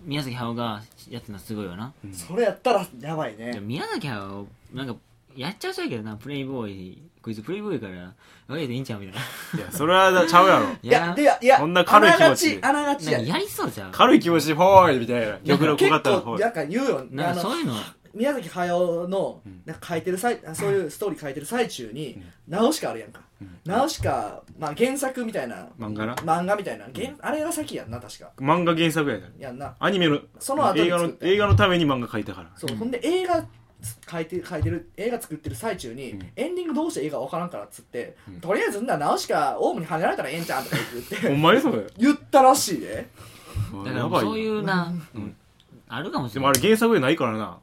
宮崎駿がやってるのはすごいよな、
それやったらやばい
で
ね
も宮崎駿なんかやっちゃうそうやけどなプレイボーイこいつプレイボーイからあれでいいんちゃうみたいない
やそれはちゃうやろ
い
や
やでいやいや
そんな軽い気持ち
あながちあながち
な
や
んかやりそうじゃん
軽い気持ちでほーいみたいな玉の小
結
刀ほ
構
ーい
なんか言うよ
なん
あ
か
の
そういうの
宮崎駿のなんか書いてる最あそういうストーリー書いてる最中にナウシカあるやんかナウシカまあ原作みたいな
漫画な
漫画みたいな原あれが先やんな確か
漫画原作やから
やんな
アニメの
その後に
映画
作っ
の
た
映画のために漫画描いたから
そう、ほんで映画書いて書いてる映画作ってる最中に、エンディングどうしていいかわからんからっつって、とりあえずんなナウシカオウムに跳ねられたらええんちゃんとか言って
ほんまにそれ
言ったらしいで
だか
や
ら
ばい
そういうな、
ん
あるかもし
で
れな
もあ
い
れ原作じゃないからな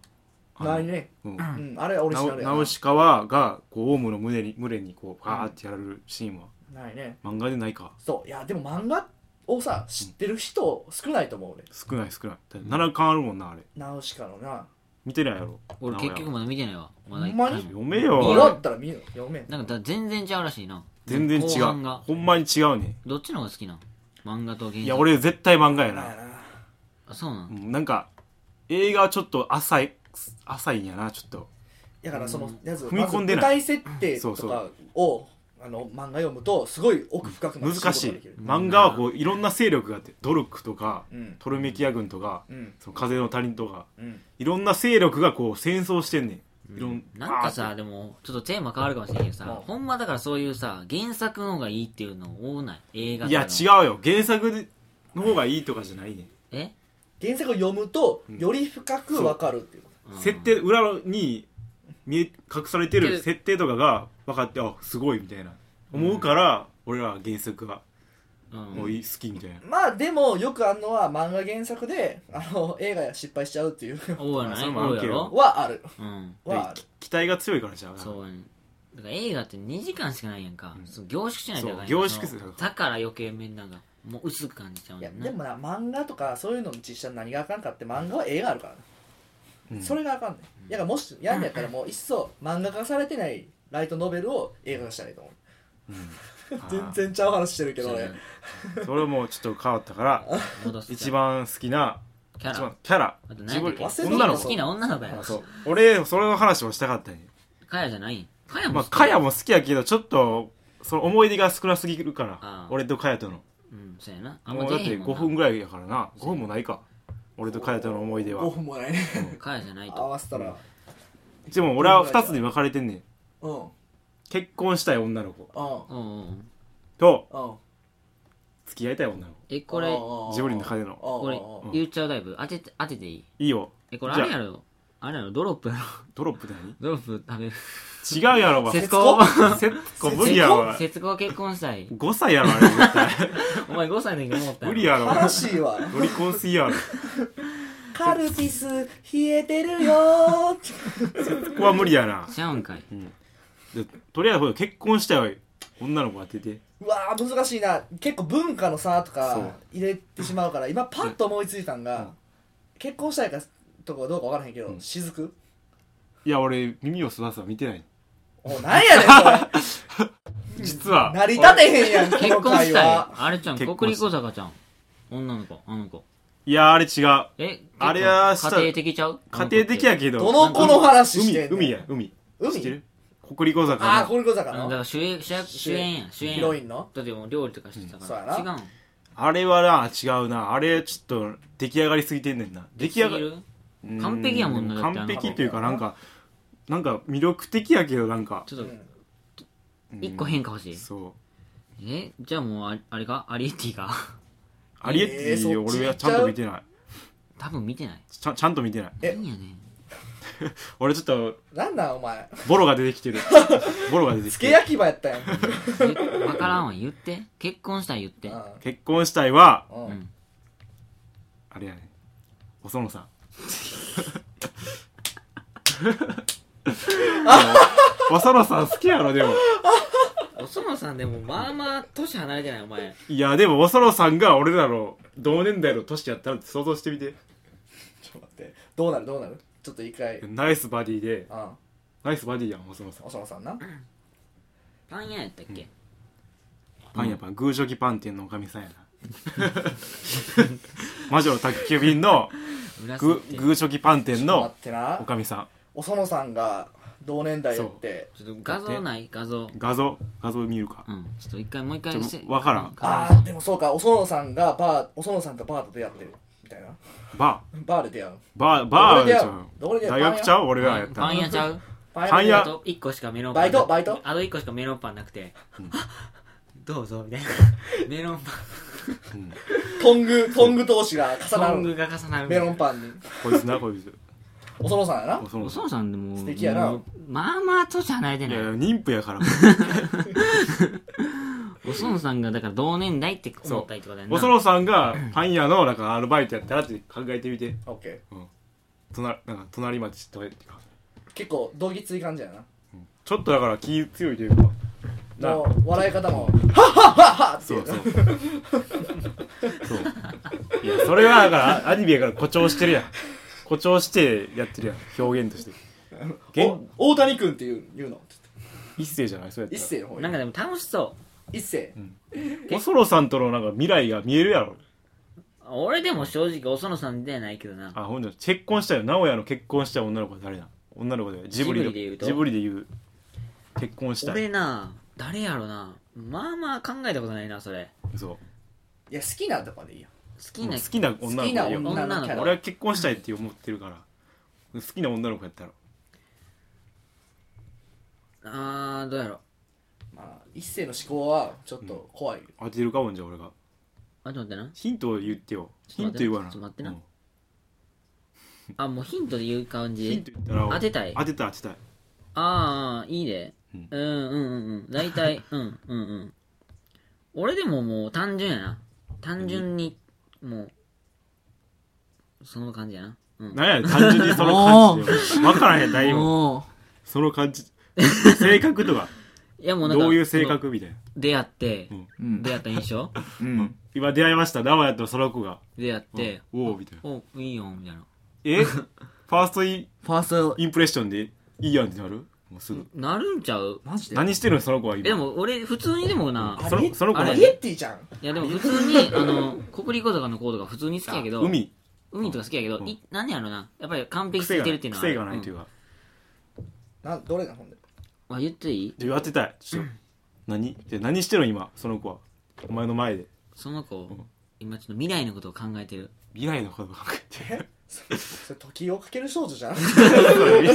ないね
う
う
ん
んあれオリジナ
な
ルや
ナウシカはがこうオウムの胸に胸にこうガーってやられるシーンは
ないね
漫画でないか
そういやでも漫画をさ知ってる人少ないと思う俺
少ない少ないだって7巻あるもんなあれ
ナウシカのな
見てないやろ
俺結局
名古
まだ見てないわまだ
ほんまに
一回
屋
も
読め
見よ
よ
ったら見よ読めん
なんかだ全然違うらしいな
全然違
後半
う
が
ほんまに違うね
どっちの方が好きなの漫画と原作
いや俺絶対漫画や
なんや
な
な
あそうな
うんんなんか映画はちょっと浅い浅いんやなちょっと
だからそのやつ
踏み込んでない
まず舞台設定
そ
と
うそう
かをあの漫画読むとすごい奥深くなる
難し
ん
い漫画はこういろんな勢力があってドルクとか
うん
トルメキア軍とか
うん
その風の谷とか
うん
いろんな勢力がこう戦争してんねんいろん
なんか
バー
さ
って
でもちょっとテーマ変わるかもしれないけどさ
うん
ほんまだからそういうさ原作の方がいいっていうのを多ない映画
いや
う
違うよ原作の方がいいとかじゃないねん
え
原作を読むとより深くわかるっていうこ
うん
設定裏に見え隠されて
け
る
ど
設定とかが分かってあすごいみたいな思うから、俺らは原作が
うん
もういい好きみたいな、
とまあでもよくあんのは漫画原作であの映画や失敗しちゃうっていう
多いよね
それもある
多
けど
いやろ
はある
うん
はあ
で
る
期待が強いからじゃう
そうやねだから映画って2時間しかないやんか
ん
そう凝縮しないとあかんやん
そう凝縮する
そのだから余計面談がもう薄く感じちゃうん
い
だ
や
よ
で
ね
もな漫画とかそういうのの実写の何があかんかって漫画は映画あるからな、
うん
それがあかんねんだからもしやんやったらもういっそ漫画化されてないライトノベルを映画化したらいいと思う
あー
全然ちゃう話してるけど
そう
俺、
や
ね
ね、
それもちょっと変わったから
戻す
一番好きな
キャ
一
ラ
番キャラ
あと何
自
や
分
ったっけ
女の子
好きな女の子や
あそう俺それの話をしたかったんや
カヤじゃないんカヤ
ま
も
あ
好き
カヤも好きやけどちょっとその思い出が少なすぎるから
あー
俺とカヤとの
うんそうやなあんま
もうだっ
出えへ
て
んもん
5
な
分ぐらいやからな5分もないか俺とカヤとの思い出は
5分もないね
カヤじゃない
合
と
わせたら
でも俺は2つに分かれてんねん
うんうん
結婚したい女の子
うんうんうん
と
うん
付き合いたい女の
えこれ
子ジブリの中での
これ
うん
言っちゃうタイプ当てて当てていい
いいよ
えこれ
じゃ
あ
あ
れやろあれやろドロップやろ
ドロップって何
ドロップ食べる
違うやろお前
節子
節子無理やろお前
節子結婚したい
5歳やろあれ絶対
お前5歳の時思った
無理やろ
悲しいわ
ロリコンすぎやろ
カルピス冷えてるよーって
ここは無理やな
ちゃうんか い
でとりあえず結婚したい女の子当てて
うわー難しいな結構文化の差と
そう
か入れてしまうから今パッと思いついたんが結婚したいかとかどうか分からへんけど
ん
雫
いや俺耳をすまさ見てない
おなんやねんそ
実は
れ成り立てへんやんこ
結
の
婚し
会
たい
話
あれちゃん
結婚
国立小坂ちゃん女の子あの子
いや、あれ違う。家
え結構
あれはした
家庭的ちゃう
庭的やけど。
どの子の話してんねん
海、海や、海。
海
知ってる北陸小坂の
ああこれこそか
あのだか
な
ら主演主役主演やん主演
ヒロインの
だってもう料理とかしてたから、
うんそうや
違うん
あれはな、違うな。あれ、ちょっと、出来上がりすぎてんねんな。出来上が
すぎ
り。
る
うん
完璧やもんなだってあの
完璧というか、なんか、なんか、魅力的やけど、なんか。
ちょっ
う
と
ん
一個変化欲しい、
そう。
えじゃあもうあれあれかアリエッティが
アリエッテ
え
ィ、
ーそっち
俺はちゃんと見てない。
多分見てない
ちゃんちゃんと見てない。
え
何やねん
俺ちょっと、
なんなんお前
ボロが出てきてる。ボロが出てき
つ
て
け
る。
焼き場やったやん
分からんわ言って結婚したい言って
う
結婚したいは、
ん
う
うん
ん
あれやね。お園さん。お園さん好きやろ、でも。
おそのさんでもまあまあ年離れてないお前
いや、でもお園さんが俺らの同年代の年やったらって想像してみて。
ちょっと待ってどうなるどうなるちょっと一回うん
ナイスバディで、
お
ナイスバディやん、お園さん。
そのさんな
パン屋やったっけ、
パンやパン、偶食パン店のおかみさんやな。魔女の宅急便の
裏設
ぐ
定
偶食パン
待
店の
って
お
な
かみさん。
おそのさんが同年代やって
ちょっと画像ない画像
画像、画像見るか。
うんちょっと一回もう一回
ちょわからん
あ
あ
あでもそうかおそのさんがバーおそのさんとバーと出会ってるみたいな
バ
バーで出会う
ー、バー、
どこ
バー
でや
ちゃん。
どこでや
大学ちゃう俺らやった
パ
ら
ン。屋ちゃう
パ
パン屋
あと1個しかメロンパン
バイトバイト
あと1個しかメロンパンなくて、 どうぞ みたいなメロンパン
トングトング同士が重な
ソング
る
が重なる
メロンパンに
こいつな、こいつ。
おそのさんやな
お
お
園さん
父さんでも
素敵やな
もうまあまあ年離れて
い
な
や
い
いや、妊婦 やから。
おそんさんがだから同年代って思ったりとかだよ
お
な
そろさんがパン屋のなんかアルバイトやったらって考えてみて
オッケー
隣なんか隣町とかっていうか
結構どぎつい感じやな
ちょっとだから気強いというかな
もう笑い方も「ハッハッハッハッ!」って
そ
いうう
そうそういやそれはだからアニメやから誇張してるやん誇張してやってるやん表現として現
お大谷君っていう言うの
一世じゃないそうやった
一世の方
なんかでも楽しそ
一世
らおそろさんとのなんか未来が見えるやろ
う俺でも正直おそのさんではないけどな
あほんと結婚したよ名古屋の結婚した女の子は誰だ女の子でジブリ
ジ
の
ブリで言うと
ジブリで言う結婚した
俺な誰やろなまあまあ考えたことないなそれ
そう
いや好きなとかでいいよ
好きな
好きな女の
好
子
きな
で言う
女のキャ
だ
ラ
俺は結婚したいって思ってるから好きな女の子やったら
あーどうやろ
まあ一世の思考はちょっと怖い
当てるかもんじゃ俺が
あちょっと待ってな
ヒントを言ってよ
ち
ヒ
ょっ
ン
と待
ト
って
言わ
ちょ
な
っと待ってな
うん
あもうヒントで言う感
ヒ
じ
ント言ったら
当てたい
当てたい当てたい
ああいいね
うん
うんうんうんうん大 体うんうんうん俺でももう単純やな単純にもうその感じやなうん
何やねん単純にその感じで分からへんだいぶ
おー
その感じ性格とか
い やもうなんか
どういう性
その
格みたいな
出会って、
うん
うん
出会った印 象
うん
今出会いました名古屋とその子が
出会って、
うんおおみたいな
おいいよみたいな
えファーストイン
ファースト
インプレッションでいいやんってなるもうすぐ
なるんちゃう
マジで
何してるのその子は今
えでも俺普通にでもな
そのその子
あ
ア
れ
は
リエッティじゃん
いやでも普通にあの国立小坂のコードが普通に好きやけど
海
海とか好きやけど、
うん
い何やろなやっぱり完璧す
癖
ぎ
が
て
な
るっ
い
ていうのは
癖がないといううか
などれがほんで
んあ言っていい
ちょ当てたいちょっと何で何してるの今その子はお前の前で
その子、
ん
今ちょっと未来のことを考えてる
未来 のこと考えて
それ時をかける少女じゃん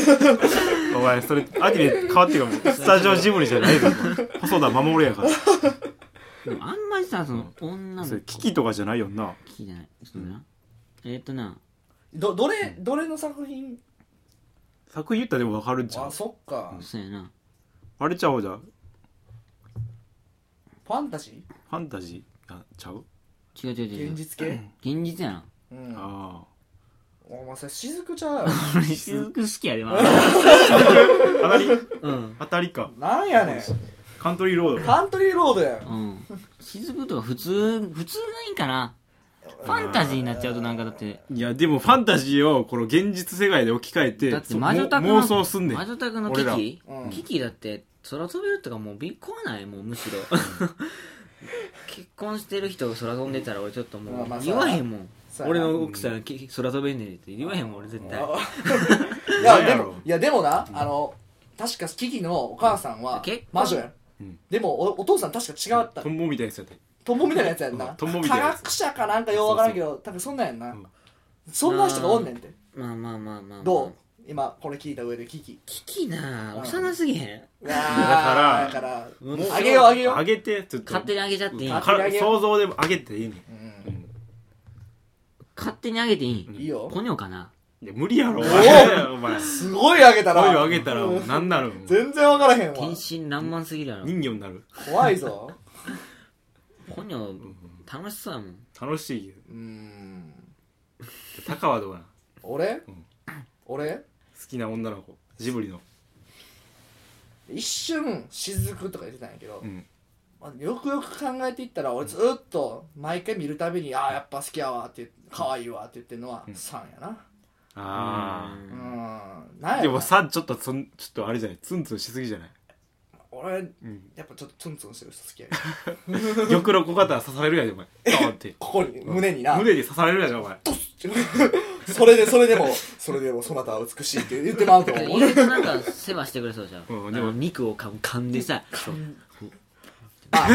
お前それアニメ変わってるかもスタジオジブリじゃないぞ細田守やから
でもあんまりさその女の
そ
子
れ危機とかじゃないよな
聞いてないちょっとな、えーっとな
どどれどれの作品
作品言ったらでも分かるんちゃ
あ
う
そっか
そうやな
あれちゃうじゃんフ
ファンタジ
ァンタジーあちゃう
違う違う違
ー
う
現
現
実系
実やな
うん
あ
お前それ雫ちゃう
俺雫好きやでまあ
あ当たり
うん
当たりか
なんやねん
カントリーロード
カントリーロードやん
うん雫とか普通普通がいいんかなファンタジーになっちゃうとなんかだって
いやでもファンタジーをこの現実世界で置き換えて
だって
そ
魔女宅
妄
の
想すんねん
魔女宅の
俺ら
キキ、
うん
キキだって空飛べるとかもうびっこわないもうむし ろ結婚してる人が空飛んでたら俺ちょっとも
まあまあ
う言わへんもん、
そうや
俺
な
の奥さんき空飛べんねんって言わへんもん俺絶対
あ い
な
や
ん
で
やろ
もいやでもな、あの確かキキのお母さん
うん
は
結婚
魔女やん、
うん
でもおお父さん確か違った
トンボみたいなやつやった
トンボみたいなやつやんな
うんトンボみたいな
科
やつ
学者かなんかようわからんけど多分そんなんやんな、
うん
そんな人がおんねんって
まあまあまあまあまあ
どう今これ聞いた上でキ キ
キキなあ幼すぎへん
だか
か
だ
ら
から
も
もう
あげようあげよう
あげてちょっと
勝手にあげちゃっていい
か
勝手にあげよう
想像でもあげていいね
うん
ん
勝手にあげていい
うん
いいよ
ポニョかない
や無理やろお
お
前お前
すごいあげたな
声をあげたらもう何なるん
全然わからへんわ
天真爛漫すぎるやろ
人魚になる
怖い ぞ
ポニョ楽しそうやもん
楽しいけど
うーん
高はどうなん好
俺、
ん
俺
きな女の子ジブリの
一瞬雫とか言ってたんやけど、
うん
まあよくよく考えていったら俺ずっと毎回見るたびに「ああやっぱ好きやわ」って言って「可愛いわ」って言ってるのは
うん
サンやな
あ
う
うんん
んなん
あ
や
で
ろ
も
な
さちょっとつんちょっとあれじゃないツンツンしすぎじゃない
俺
うん
やっぱちょっとツンツンしてる人好きやけど
玉の小刀刺されるやでお前ドーンって
ここに胸 にな
胸に刺されるやでお前
それでそれでもそれでもそなたは美しいって言ってまうと
意
思う
外となんか世話してくれそうじゃん、
うん
あ
でも
の肉を噛む噛んでさ
あ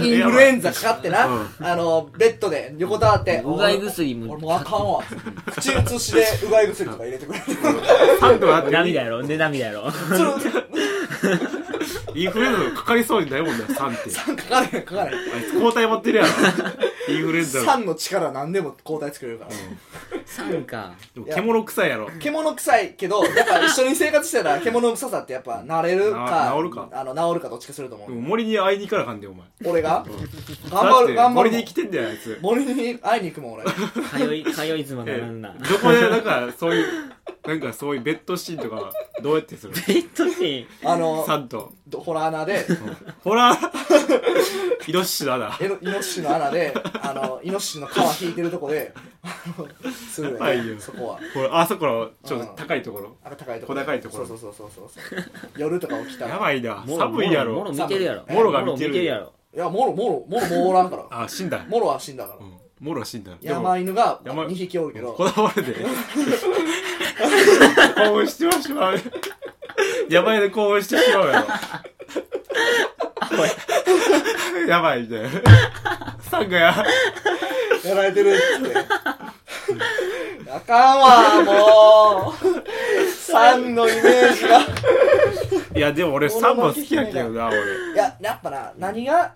インインフルエンザかかってな、
うん
あのベッドで横たわって
うがい薬も
俺もうあかんわ口移しでうがい薬とか入れてくれる
サンドがあって
涙やろで涙やろ
それ
インフルエンザかかりそうにないもんだよサンって
酸かかれへんかかれへん
あいつ抗体持ってるやろインフルエンザの
酸の力何でも抗体作れるから、
3か
でも獣臭いやろ
獣臭いけどやっぱ一緒に生活してたら獣の臭さってやっぱ慣れるか
な治るか
あの治るかどっちかすると思う、
でも森に会いに行かなあかんでお前
俺が頑張
だって
る頑張る
森に来てんだよあいつ
森に会いに行くもん俺
通い通い妻ならんな
どこでなんかそういうなんかそういうベッドシーンとかどうやってする
ベッドシ
あ の
サンと
どホラー穴で
ほらイノシシだな
えのイノシシの穴であのイノシシの皮引いてるとこで あのする
やばいよ
そこは
ほらあそこのちょっと高いところ
あ高いとこ
小高いところ
そうそうそうそうそう夜とか起きたら
や
い
ばいな
ーン
寒いや
もろも
ろ
ろ見てるやろ
モロが見てる
やろ
やもろもろもろもうおらんから
あ死んだ
もろは死んだから、
うんモロは死んだでも
山犬が
山
2匹おるけど
こだわるで興奮してしまうやばいで興奮してしまうやろやばいみたいなサンがや
やられてるっつって。あかんわ、もう。サンのイメージが。
いやでも俺サンも好きやけどな俺
いや、やっぱな、何が、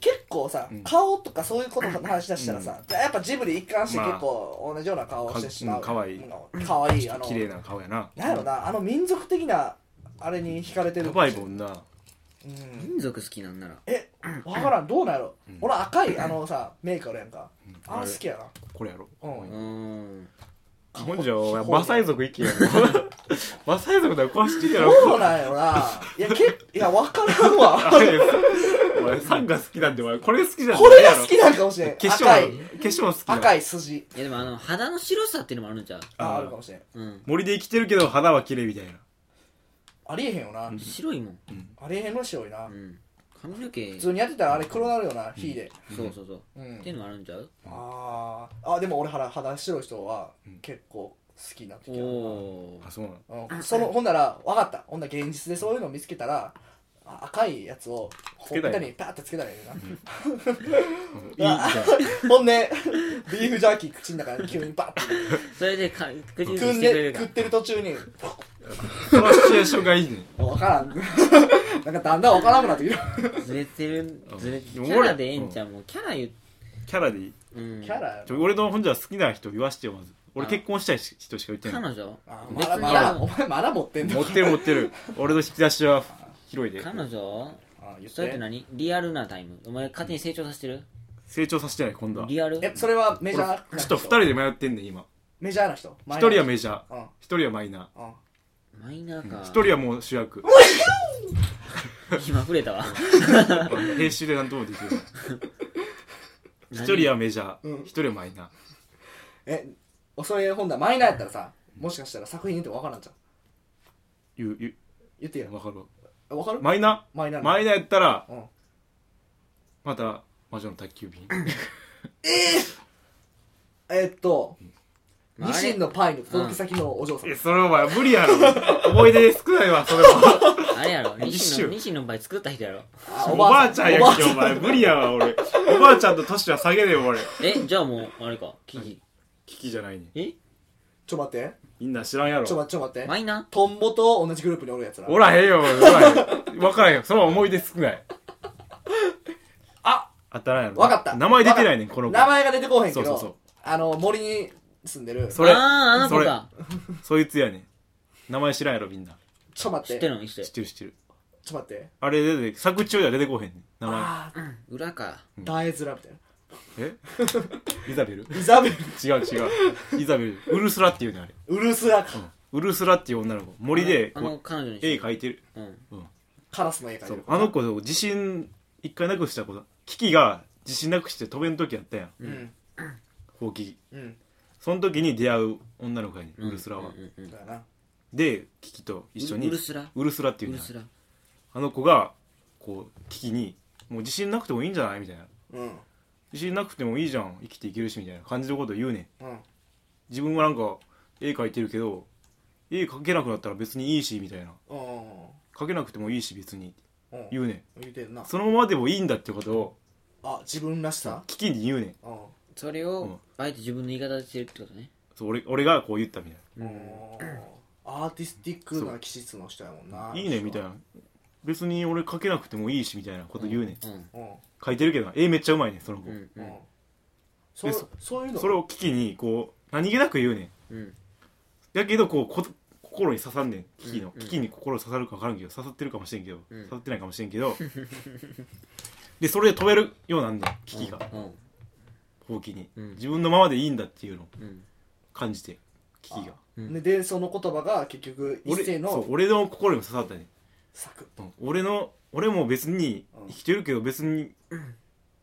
結構さ、顔とかそういうことの話し出したらさ、やっぱジブリ一貫して結構同じような顔をしてしまう。
かうん可愛い
うんかわいい。あの、
綺麗な顔やな
なんやろな、あの民族的な、あれに惹かれてる。
やばいもんな
うん。
民族好きなんなら
え、わからん、どうなんやろ。俺赤い、あのさ、メイクあるやんか。あれ好きやな。
これやろ
う。
うんーん
ほんじゃお前マサイ族一気や ろマサイ族だよ壊してるやろ
どうなんやろな。いや、けいや、わからんわ。
あれお前サンが好きなんでお前これ好き じゃん
これが好きなんかもしれん。
化粧
赤い、
化粧好きだ
赤い筋。
いやでもあの肌の白さっていうのもあるんちゃう
あー
あ、あるかもしれん。
うん
森で生きてるけど肌は綺麗みたいな
ありえへんよな。
白いもん
ありえへんの白いな
う。ん髪の毛
普通にやってたらあれ黒なるよな、火で。
そうそうそう
う。
っていうんのもあるんちゃう
あーあ、でも俺肌肌白い人は結構好きになってきたな。
お
あそうなの
うんそのほんなら、わかった。ほんなら現実でそういうのを見つけたら、あ赤いやつをほ
け
った
らい
ぺ
い
たにパーってつけたらいいよ
いいじゃ
な。ほんで、ビーフジャーキー口の中に急にバッて
ーそれでか口に
組ん
してく
で
れるか
食ってる途中に、
そのシチュエーションがいいね
わからん。 なんかだんだんわからんくなってきた。
ずれてるずれキ
うん
ャラでええんちゃうもうキャラ言う
キャラでいい
うん
キャラや
ち
な
ょ俺の本じゃ好きな人言わしてよまず俺結婚したい人しか言って
彼
ない
女
あま
別
だ
に
まだお前まだ持ってんの
持ってる持っ てる俺の引き出しは広いで
彼女
あ言っ
それって
て
何リアルなタイムお前勝手に成長させてる
成長させてない今度はち
リアル
えそれはメジャーな人
ょっと2人で迷ってんねん今
メジャーな人
1
一
人はメジャー
うんうん
1人はマイナ
マイナー
ー
か
1人はもう主役
今触れたわ
編集で何とも できる1人はメジャー1人はマイナー
えそれ本だマイナーやったらさもしかしたら作品って分からんじゃん
言う言
言って
う
よ
分かる
分かる
マイナ
マイナー
ー
の
マイナーやったら
うん
また魔女の宅急便
えっと
まあ
ニシンのパイの届け先のお嬢さん、
えそれお前無理やろ思い出少ないわそれは
あれやろ西
一緒
の西の場合作った人やろ
あ
おばあちゃんや
おば
ん
あ
けお前無理やわ俺おばあちゃんと年は下げねえよ俺
えじゃあもうあれかキキ
キキじゃないね
え
ちょ待って
みんな知らんや
ちょ待
ろ
ってちょ待って
マイナ
トンボと同じグループにおるやつら
おらへんよおいおらへん分からへんよそれは思い出少ない
あ
当たらんやろ
わかった
名前出てないねんこの子
名前が出てこうへんけど
そうそうそう
あの森に住んでる
それ
あああの子か
そいつやねん名前知らんやろみんな
ちょ待
知
っ
ってて
ち
る
ょ
のにして
知ってる知ってる
待って
あれ出て作中では出てこうへんねん名前
ああ
裏か
大面みたい
えイザベル
なイザベル
違う違うイザベルウルスラっていうねあれ
ウルスラか、
ウルスラっていう女の子森で
あ
こ
のあの
う
彼女にし
絵
て
描いてる
うん
カラスの絵描いて
そう
る
あの子自信一回なくした子だキキが自信なくして飛べん時やったやん
うん
ほうき
うん
その時に出会う女の子やねん
うん
ウルスラは、
うんうん
だな
でキキと一緒に
ウルスラ
ウルスラっていううん
ウ
ね
ルスラ
あの子がこうキキに「もう自信なくてもいいんじゃない?」みたいな
うん
「自信なくてもいいじゃん生きていけるし」みたいな感じのことを言うねん
うん
自分はなんか絵描いてるけど絵描けなくなったら別にいいしみたいな
うん
描けなくてもいいし別に
うん
言うね
言うてるなん
そのままでもいいんだってことを
あ自分らしさ
危機に言うねん
うん
それをあえて自分の言い方でしてるってことね
そう俺俺がこう言ったみたい
アーティスティックな気質の人やもんな
な「いいね」みたいな別に俺描けなくてもいいしみたいなこと言うねん
うん
うん
描いてるけど絵めっちゃうまいねんその子
うん
う
うんん
そう
そ
そういうの
それを危機にこう何気なく言うねん
うん
だけどこうこ心に刺さんねん危機の
うん
危機に心刺さるか分からんけど刺さってるかもしれんけど
うん
刺さってないかもしれん けどでそれで飛べるようなんねん危機が
うん
ほうきに、
うん
自分のままでいいんだっていうのを
うん
感じて危機が
うん
ででその言葉が結局一
俺
世
そう
の
俺の心にも刺さったね、
作
うん俺の俺も別に
うん
生きてるけど別に、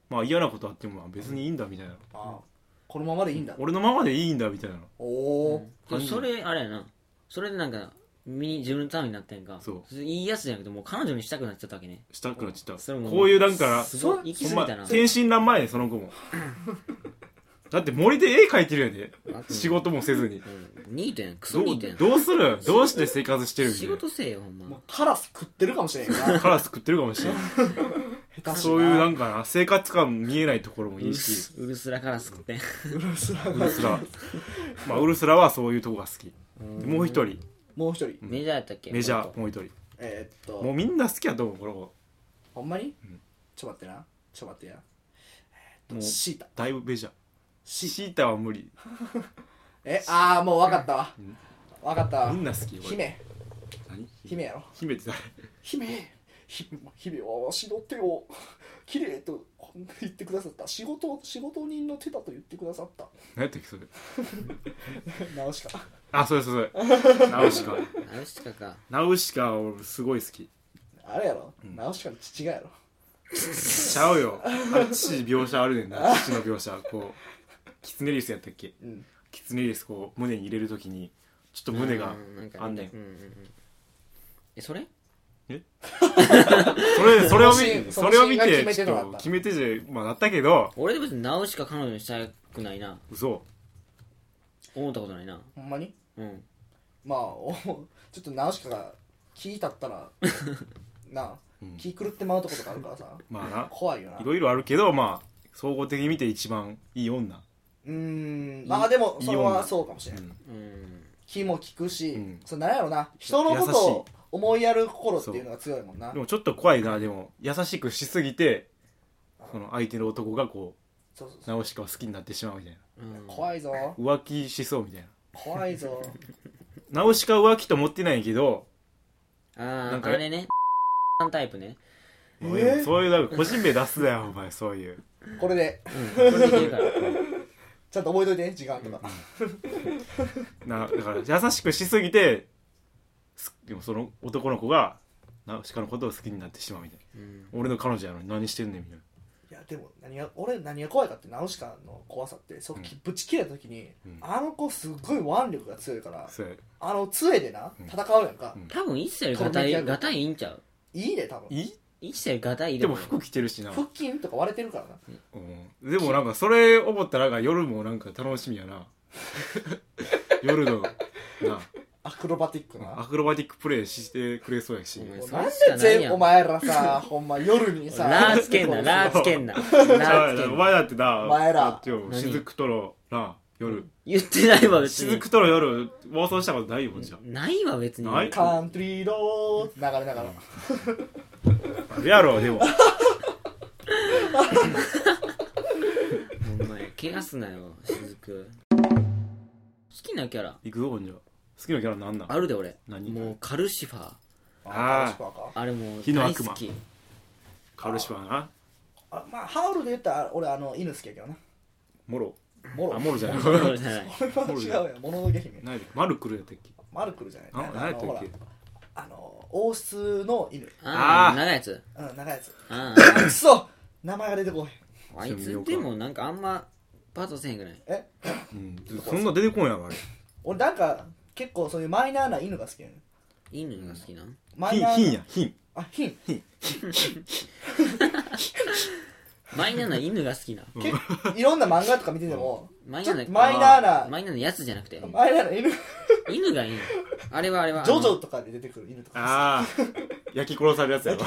まあ嫌なことあってもまあ別にいいんだみたいな、
あこのままでいいんだ
俺のままでいいんだみたいな
おお
でもそれあれやなそれでなんか身に自分のためになったやんか
そう
れいいやつじゃなくてもう彼女にしたくなっちゃったわけね
したくなっちゃった
それも
こういうなんか
すご
そ
い行き
ほん
過
ま
ぎたな
天真爛漫やねその子もだって森で絵描いてるやで
あと
仕事もせずに
うんニートやんクソ
ど
ニー
う
トやん
どうするどうして生活してるみた
仕
いな
事せえよほん
も
ま
うカラス食ってるかもしれんな
カラス食ってるかもしれない
下手し
そういうなんかな生活感見えないところもいいし
ウルスラカラス食って
ウルスラ
ウ
が
ルスラまあウルスラはそういうとこが好きでもう一人
もう一人
メジャーやったっけ
メジャ
もっ
ーもう一人
えーっ
もう
と
みんな好きやと思うこの子
ほんまにちょ待ってなちょ待ってやえーっ
もう
とシータ
だいぶメジャー
シータ
シータは無理
えああもう分かったわ分かったわ
みんな好きよこれ
姫
何
姫やろ
姫って誰
姫姫姫はわしの手をきれいと言ってくださった仕事仕事人の手だと言ってくださった
何やったっけそれ
直しか
あそうそうそうナウシカ
とナウシカか
ナウシカは俺すごい好き
あれやろ、直しかの父がやろ
ちゃうよあれ父描写あるねんな父の描写こうキツネリスやったっけ
うん
キツネリスこう胸に入れるときにちょっと胸が
うんなんか
あんねん
ううんうんえそれ
それそれを見
そのシー
て
ン
それを見
そのシーンが決め
てち
手と
ょっ
なっ
と
た
決め手じゃまあなったけど
俺で別にナウシカ彼女にしたくないな
嘘
思ったことないな
ほんまに
うん
まあおちょっと直しかが気立った らなあ
ん
気狂ってまうとことかあるからさ
まあな
怖いよない
ろいろあるけどまあ総合的に見て一番いい女
うーんまあでもそれ
いい
は
女
そうかもしれない、
うん
うん
気も利くし、
うん
それなんやろな人のことを思いやる心っていうのが強いもんな
でもちょっと怖いなでも優しくしすぎてその相手の男がこ
そうそう
う直しかを好きになってしまうみたいな
うん
怖いぞ
浮気しそうみたいな
怖いぞ
直しか浮気と思ってないけどな
あ
ん
あ
か
あれね さんタイプね
え
おいでもそういうなんか個人名出すなよお 前そういう
これで
うんこれ でいけるから
ちゃんと覚えといて時間とか、
なだから優しくしすぎてすでもその男の子が直しかのことを好きになってしまうみたいな
うん
俺の彼女やのに何してんねんみたいない
やでも何が俺何が怖いかってナウシカの怖さってそうきぶち切れた時に、
ん
あの子すっごい腕力が強いから、
そうや
あの杖でな戦うやんか、
ん
多分一切よりガタイガタイいいんちゃう
いいね多分
いい
一切ガタイ
でも服着てるしな、
腹筋とか割れてるからな
うんでもなんかそれ思ったらなんか夜もなんか楽しみやな 夜のな
アクロバティック
ア
な
クロバティックプレイしてくれそうやし、
お前
もう
そ
なん
れ
で
しかない
全
やん
お前らさほんま夜にさ
ラーつけんなラーつ けんなラーつけ
お
んな
前だってな
お前ら
だってよ
何
雫とのな夜
言ってないわ別に
雫との夜妄想したことないもんじゃん
ないわ別に
ない
カントリーロード流れながら
あるやろでも
ほんまや怪我すなよ雫好きなキャラ
行くぞほんじゃ好きなキャラなんなん
あるで俺
何
もうカルシファー
あ
ー
ー
か
あれもう
火の悪
大
魔
好き
カルシファーな
あまあハウルで言ったら俺あの犬好きやけどな
モロ
モロ
あモロじゃない
そうじゃない
これは違うやんもののけ姫
ないマルクルやったっけ
マルクルじゃない
あ何やった
ほ
っ
ら
け
あの王室の犬
あ
あー
あ長いやつ
うん長いやつ
あ
あくそ名前が出てこへ
ああいつでもなんかあんまパッとせへんくない
んえ
うんそんな出てこんやろあれ
俺なんか結構そういうマイナーな犬が好きやねん
犬が好きなん
マイ
ヒン
ナーな
ヒンやヒン
あヒン
マイナーな犬が好きな
結構いろんな漫画とか見てても
マイ
ち
ナ
ょっ
ーな
とマイナーな
マイナーなやつじゃなくて
マイナーな犬ジ
犬がいいのあれはあれは
ョジョとかで出てくる犬とか
ああ焼き殺されるや つやろ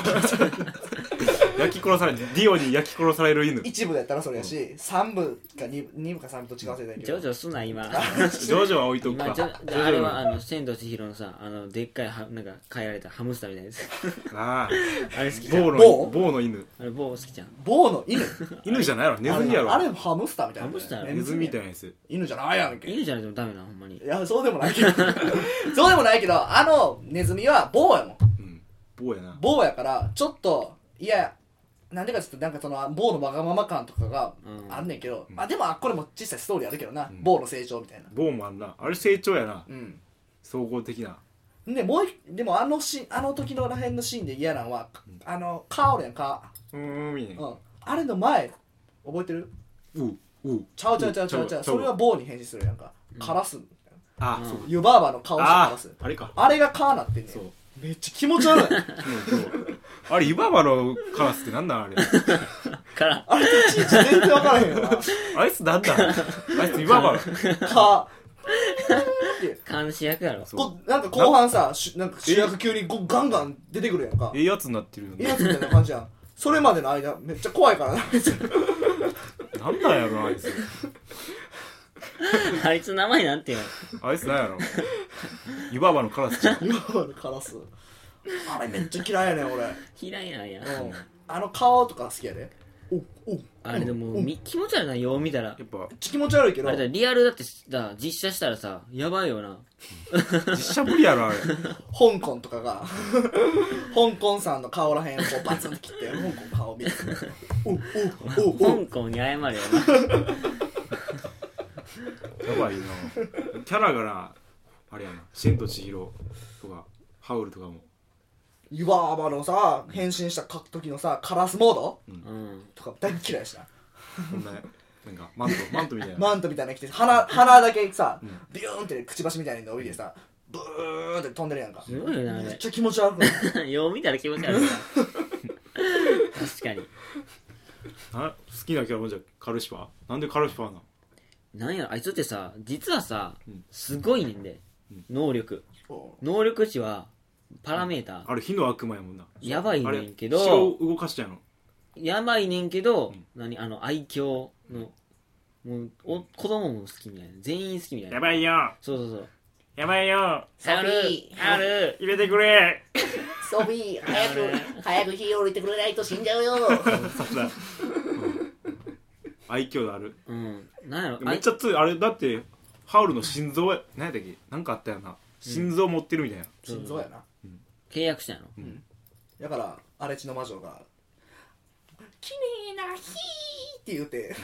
焼き殺されるディオに焼き殺される犬ジ
一部やったらそれやし三部か二部二部か三部と違うせいだけど
ジョジョすな今
ョジョは置いと く
今
か
ジ
ジ
ョ
ョジ
ジョあれ
ョ
は
は
あの千と千尋のさあのでっかいはなんか飼えられたハムスターみたいなやつ
ああ
あれ好きじゃん
棒の
棒
棒の犬
あれ棒好きじゃん
棒の犬
犬じゃないやろネズミや
あれ
ろ
あれハムスターみたいな
ハムスター
ネズミみたい
な
なやつ
犬じゃないやんけい
犬じゃないとダメなほんまに
やそうでもないけど そうでもないけどあのネズミは棒やもん
うん棒やな
棒やからちょっといやなんでかちょっとなんかその棒のわがまま感とかが
うん
あんねんけど、まあでもあこれも小さいストーリーあるけどな、棒の成長みたいな
棒もあんなあれ成長やな
うん
総合的な
でもう一でもあのシーンあの時のらへんのシーンで嫌なのは、あのカオルやんか、
うーんみたい
うん
な
あれの前覚えてる
うう
ちゃうちゃうちゃうちゃうちゃうそれは棒に変身するやんか、カラスみたいな
あ
うん
そう
湯婆婆の顔したカ
あ
ラス
ああれか
あれがカーなってんねん
そう
めっちゃ気持ち悪い
うんそうあれ湯婆婆のカラスってなんなんあれ
から
あれいちいち全然分からへんよな
あいつなんなんあいつ湯婆婆
カーって
監視役やろ
そう
こなんか後半さしなんか主役急にこうガンガン出てくるやんか
ええやつになってるよ
ええ
ね
やつみたいな感じやんそれまでの間めっちゃ怖いからな
なんなんやろあいつ
あいつ名前なんていうの
あいつなんやろ湯婆婆のカラスちゃん
今までカラスあれめっちゃ嫌いやねん俺、
嫌いなんや
うん、あの顔とか好きやでおおめっ
あれでもみ気持ち悪いなよう見たら
やっぱ
ちゃ気持ち悪いけど
あれだリアルだってだ実写したらさやばいよな
実写無理やろあれ
香港とかが香港さんの顔らへんをこうバツンと切って香港顔見ておおおお
香港に謝れよな
やばいよなキャラがなあれやな「千と千尋」とか「ハウル」とかも
湯婆婆のさ変身した時のさカラスモード
うん
とか大っ嫌いやしな
こんななんかマントマントみたいな
マントみたいなの着て鼻鼻だけさ、ビューンってくちばしみたいな伸びてさブーンって飛んでるやんか
すごいよなあ
めっちゃ気持ち悪くない
れよう見たら気持ち悪いな確かに
あ好きなキャラもじゃあカルシファーなんでカルシファーなの
なんやあいつってさ実はさ
うん
すごいねんで、能力能力値はパラメーター
あれ火の悪魔やもんな
やばい
あ
ね
れ
んけど
城を動かしちゃうの
やばいねんけど、何あの愛嬌のもうお子供も好きみたいな全員好きみたいな
やばいよ
そうそうそう
やばいよ
あるある
入れてくれ
ソフィー、早く、早く火を降りてくれないと死んじゃう よ。
そんなうん愛嬌のある
うんなんやろ
めっち
ゃ
ゃついあれだってハウルの心臓や何やったっけなんかあったよな心臓持ってるみたいな、
心臓やな
契約したんやろ、
だから荒地の魔女が「綺麗な火」って言うて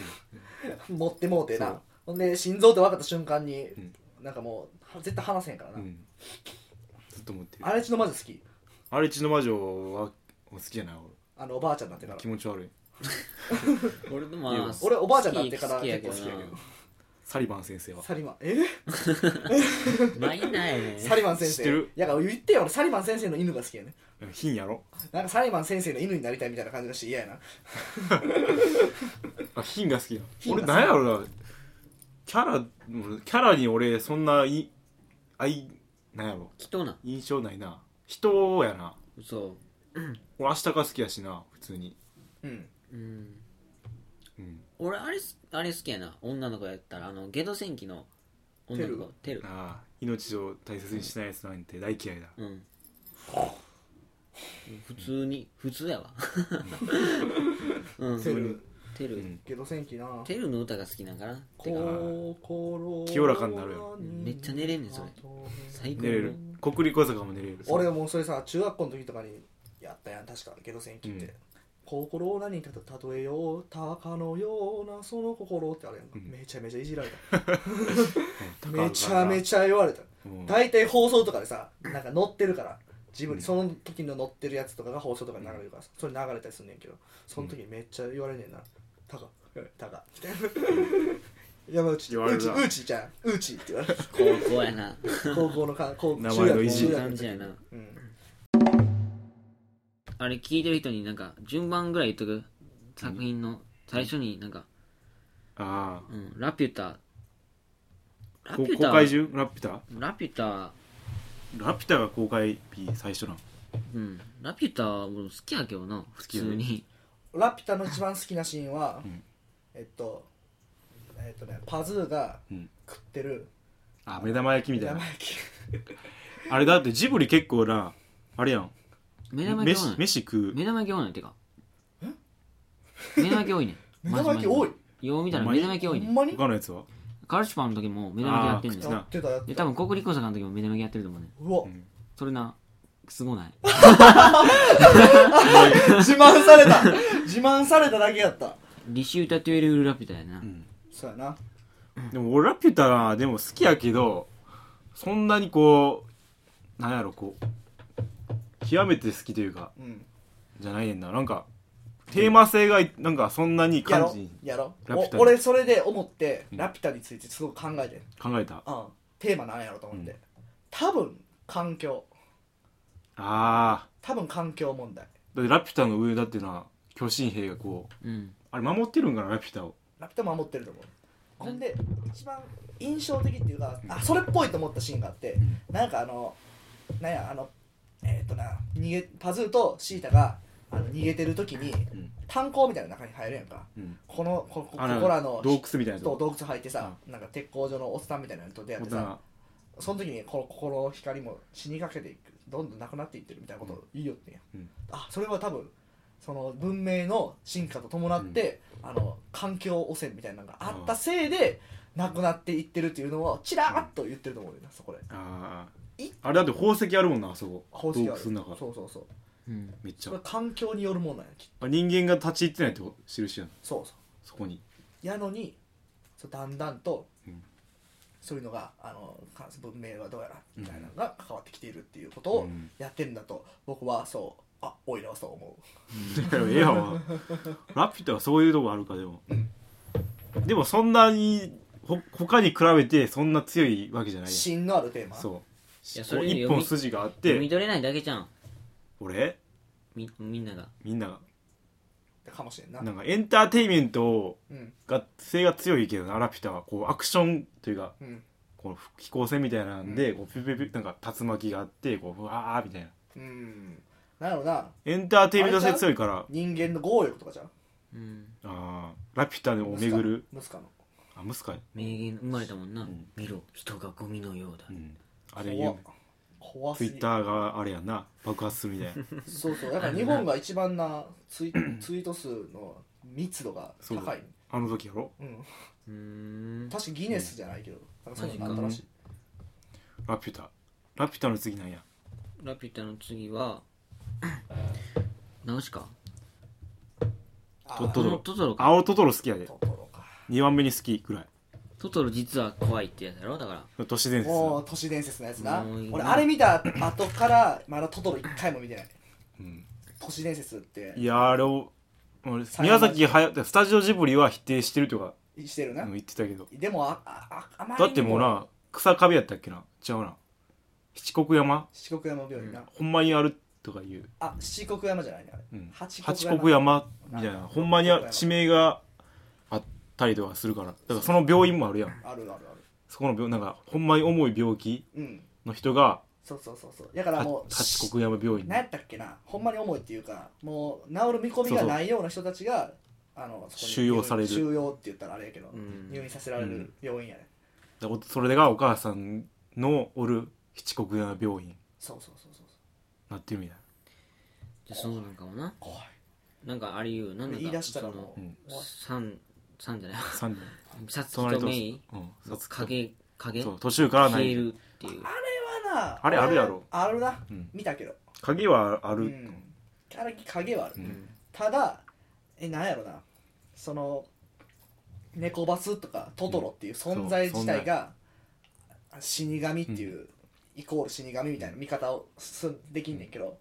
持ってもうて
そう
なほんで心臓って分かった瞬間に、
ん
なんかもう絶対話せへんからな、
うんずっと持ってる
荒地の魔女好き
荒地の魔女は好きじゃない
あのおばあちゃんになってから
俺気持ち悪い
俺でも
いや
まあ
俺おばあちゃんになってから
好き好きやけど
結構好きやけ
な
ど
サリバン先生は
サリマンえ
マイナーやね
サリマン先生
知ってる
いや言ってよ俺サリマン先生の犬が好きやね
貧やろ
なんかサリマン先生の犬になりたいみたいな感じがして嫌やな
あ貧が好きなの
貧が
俺
好き
なんやろなキャラキャラに俺そんない愛なんやろ
人な
印象ないな人やな
そ
俺明日が好きやしな普通に
うん
ううん
うん
俺あれすあれ好きやな女の子やったらあのゲド戦記の女の子テル
ああ命を大切にしないやつなんて大嫌いだ
うん普通に普通やわうん
セル
テル、
うん
ゲド戦記な
テルの歌が好きなんかなてか
心
清らかになるよ
めっちゃ寝れんねんそれ最高
寝れる国立小坂も寝れる
俺もうそれさ中学校の時とかにやったやん確かゲド戦記って、
うん
心を何にたと例えよう鷹のようなその心ってあれやんか、
うん
めちゃめちゃいじられた
うん
めちゃめちゃ言われた
うん
大体放送とかでさなんか載ってるからジブリその時の載ってるやつとかが放送とかに流れるからさそれ流れたりすんねんけどその時めっちゃ言われんねんな「タカタカ」みたいな「 山内
言わ
う
れ
ち
るな
うちじゃんうち」って言われて
高校やな
高校のか高校
名前のいじ
い
中
い
学の
感じ
時
やな
うん
あれ聞いてる人になんか順番ぐらい言っとく作品の最初になんか、
あ
うん、ラピュタ
あ
ラピ
こ
ュ
公
タ
開中ラピュタ
ラピュタ
ラピュタが公開日最初なん
うんラピュタ俺好きやけどな普
き
通
やね
に
ラピュタの一番好きなシーンは
ん
えっとえっとねパズーが
うん
食ってる
あ目玉焼きみたい
山
な
焼 き
あれだってジブリ結構なあれやん
目玉焼き多
飯
ない
飯食う
目玉焼き多ないてか目玉焼き多いね
目玉焼き多い
いよう見たら目玉焼き多
ほ
いね
んまに
他のやつは
カルシファーの時も目玉焼きやってんね
あー
ん
やってたやって
で
た
多分国立小坂の時も目玉焼きやってると思うねん
うわ
それなすごない
自慢された自慢されただけやった
リシュータトゥエルウルラピュタやな、
そうやな
でも俺ラピュタなでも好きやけどそんなにこうなんやろこう極めて好きというか
うん
じゃないねんななんかテーマ性がなんかそんなに
や
感
ろ
じ
やろ
ラピュタ
お俺それで思って
うん
ラピュタについてすごく考えて
考えたあ
うんテーマなんやろと思って
うん
多分環境
あ
多分環境問題
ーだってラピュタの上だってな巨神兵がこう
うん
あれ守ってるんかなラピュタを
ラピュタ守ってると思うほんで一番印象的っていうかあそれっぽいと思ったシーンがあってなんかあのなんやあのえっとな逃げパズーとシータがあの逃げてる時に
ん
炭鉱みたいな中に入るやんか
うん
このここここ
あの
らの
洞窟みた
そ
いな
う
とこ
洞窟入ってさ、なんか鉄工所のおっさんみたいなのと出会っ
ほ
て
んな
さ
ら
その時にこの心の光も死にかけていくどんどんなくなっていってるみたいなことを言いよってんや、
うん
あそれは多分その文明の進化と伴って、あの環境汚染みたいなのがあったせいで、なくなっていってるっていうのをちらーっと言ってると思うよなそこで
あ
い
ーあれだって宝石あるもんなあそこ
法
洞
式
窟
がある
の中
そうそうそう
うん
めっち
そ
ゃ
れは環境によるものなんやきっと
あ人間が立ち入ってないって印やん
そうそう
そこに
やのにそうだんだんと、
うん
そういうのがあのか文明はどうやらみたいなのが関わってきているっていうことを
うん
やってるんだと、僕はそうあおいらはそう思
いやええやんラピュタはそういうとこあるかでも、でもそんなにほ他に比べてそんな強いわけじゃ
う
ないや
芯のあるテーマ
んそう
いや
こ
そうれ
一
読み
本筋があっ
読み
て
取れないだけじゃん
俺
みみんなが
みんな
かもしれんな
がなんかエンターテインメント
うん
が性が強いけどなラピュタはこうアクションというか
うん
こう飛行船みたいなんで、こうピュピュピュなんか竜巻があってこううわーみたいな
うんなるほどな
エンターテインメント性強いから
人間の強欲とかじゃん
うん
あーラピュタを
ムスカ
巡る
ムスカの
あムスカイ、
名言生まれたもんな、
ん
見ろ人がゴミのようだ、
うん、あれ
怖
言
っ怖す
ツイ
ぎ
ッターがあれやんな爆発するみたいな
そうそうだから日本が一番な ツイツイート数の密度が
そう
高い
あの時やろ
うん
うーん
確かギネスじゃないけど、なんかそういうのがあったらしい
ラピュタラピュタの次なんや
ラピュタの次 はナウシカ
あ
ト
ー
トロ
トトロか
青トトロ好きやで
トトロか
2番目に好きぐらい
トトロ実は怖いってやつやろだから
都市伝説
もう都市伝説のやつな
もういいな
俺あれ見た後からまだトトロ一回も見てない
うん
都市伝説って
いやーあれを俺宮崎駿スタジオジブリは否定してるというか
してるな、
うん言ってたけど
でもああああまりに
だってもうな草壁やったっけな違うな七国山
四国山病院な、
ほんまにあるとかいう、
あ七国山じゃないねあれ、
うん、
八国
八
山
国山みたいなほんまにあ地名があったりとかするからだからその病院もあるやん
あるあるある
そこの病なんかほんまに重い病気
うん
の人が
そうそうそうそうだから
は
もう
八国山病院
何やったっけなほんまに重いっていうかもう治る見込みがないような人たちがあのそこに
収容される
収容って言ったらあれやけど、
うん
入院させられる病院やね、
だからそれがお母さんのおる七国山病院
そうそうそうそう
なってるみたい
でそうなんかもな
怖い
なんかありうなんだか
言い出したらもう、
うん
終わり
さんさんじゃない
な3人
さつき
隣
と
と
メイ
うん
の影影
そ
消
う途中からな
え
い、
るっていう
あれはな
あれあるやろ
俺あるな、
うん
見たけど
鍵はある、
うん、あれ影はある、
うん
ただえなんやろなその猫バスとかトトロっていう存在自体が死神っていう、イコール死神みたいな見方をすできんねんけど、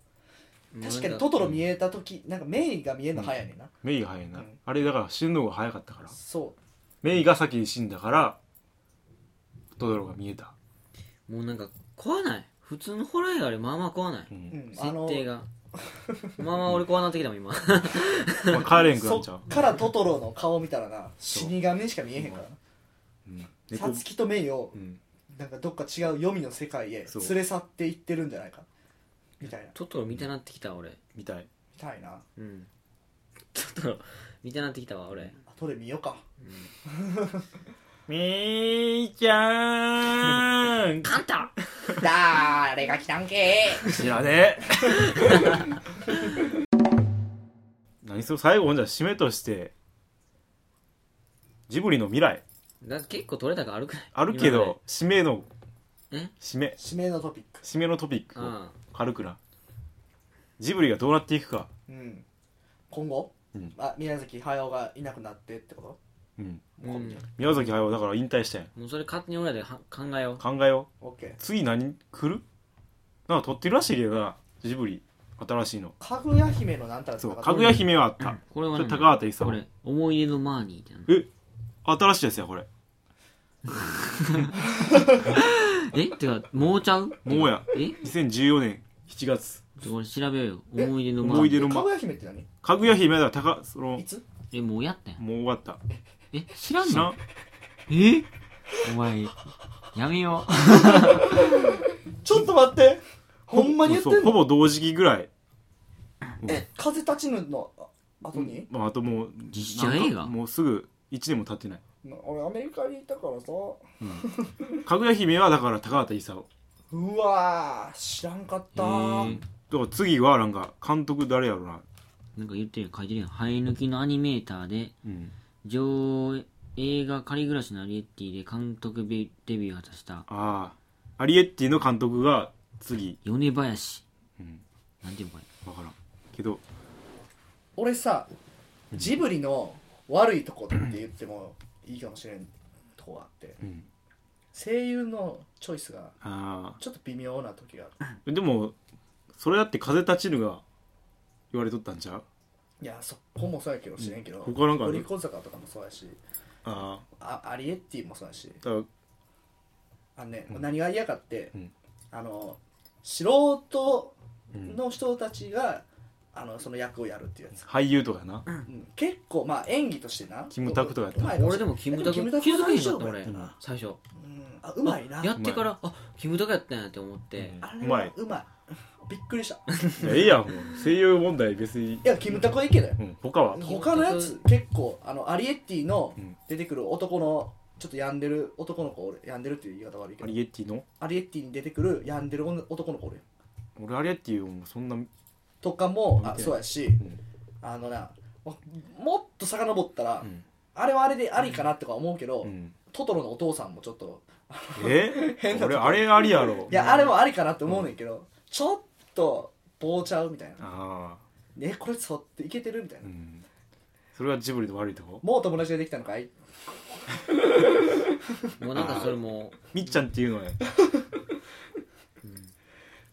確かにトトロ見えた時なんかメイが見えるの早いねんな、
メイが早いな、
うん
あれだから死ぬのが早かったから
そ
メイが先に死んだからトドロが見えた、
もうなんか怖ない普通のホラー映画よりまあまあ怖ない、
う
う、うんん、あ
設
の
定が まあまあ俺怖なってきたもん今
まあ、帰れんくな
そ
っちゃう
っからトトロの顔見たらな
そう
死神しか見えへんから
うん
なさ
猫
つきとメイを
うん
なんかどっか違う黄泉の世界へ
そう
連れ去っていってるんじゃないかみたいな
トトロ見たなってきた俺
みたい
みたいな
うんトトロ見たなってきたわ俺
あトレ見ようか
メイちゃーん
カンタ
誰が来たんけ
知らねえ 何それ最後ほんじゃ締めとしてジブリの未来
だって結構取れ高あるくない
あるけど締めの
え
締め
指名のトピック
締めのトピック
今まで
を
あ
軽くなジブリがどうなっていくか
うん今後、
うん
あ宮崎駿がいなくなってってこ
うん
あうん
宮崎駿だから引退したやん
もうそれ勝手に俺らでは考えよう
考えよ
と ?OK
う次何来るなんか撮ってるらしいけどなジブリ新しいの
かぐや姫のなんたら
そう
か
かぐや姫はあった
これはね
それ高畑勲
これ思い入れのマーニーってな
え新しいですよこれ
えってかもうちゃう
もうや
え
2014年7月
ちょ俺調べようよ思い出のマーニー
思い出の
か
ま
ぐや姫って何
かぐや姫だから高その
いつ
えもうやったやん
もう終わった
え知らん
知ら
の
ん
えお前やめよう
ちょっと待ってほんまに言って
そ
ん
うほ
の
ぼ同時期ぐらい
え風立ちぬのあ後に、
まああともう
実写
なんか
映画
もうすぐ1年も経ってない
俺アメリカにいたからさ
かぐや姫はだから高畑勲
うわー知らんかったー、
えー
だから次はなんか監督誰やろな
なんか言ってるよ書いてるよ生え抜きのアニメーターで
うん
上映画「仮暮らしのアリエッティ」で監督デビューを果たした
ああアリエッティの監督が次
米林、
うん
なんていうのこれ
分からんけど
俺さジブリの悪いとこって言ってもいいかもしれんとこがあって
うん
声優のチョイスが
あ
ちょっと微妙な時がある
あでもそれだって風立ちぬが言われとったんちゃう
いやそこもそうやけど知らんけど、
うん他なんかあ
グ
る
リコ坂とかもそうやし
あ
あアリエッティもそうやし
あだから
あのね、何が嫌かって、
うん
あの素人の人たちが、あのその役をやるっていうやつ、
俳優とかやな
うん結構まあ演技としてな
キムタクとかやった
うまい
俺でもキムタク
で
気
も
づかへんかった
大
俺
丈夫や
最初
うんあうまいな
やってからあキムタクやったんやって思って、
うん
あれは
うまいう
まいびっくりした
いやええやんもう声優問題別に
いやキムタクはいいけどよ
うん他は
他のやつ結構あのアリエッティの
うん
出てくる男のちょっと病んでる男の子俺病んでるっていう言い方悪いけ
ア
ど
リエッティの
アリエッティに出てくる病んでる女男の子俺
俺アリエッティをもうそんな
とかも
見て
あ
ない
そうやし、
ん
あのなももっと遡ったら、
うん
あれはあれでありかなとか思うけど、
うん
トトロのお父さんもちょっと
え
変な
俺あれありやろ
いや、あれもありかなって思うねんけど、ちょっと棒ちゃうみたいな
ああ
ねこれそっていけてるみたいな、
うんそれがジブリの悪いとこ
もう友達ができたのかい
もうなんかそれも
みっちゃんっていうのはね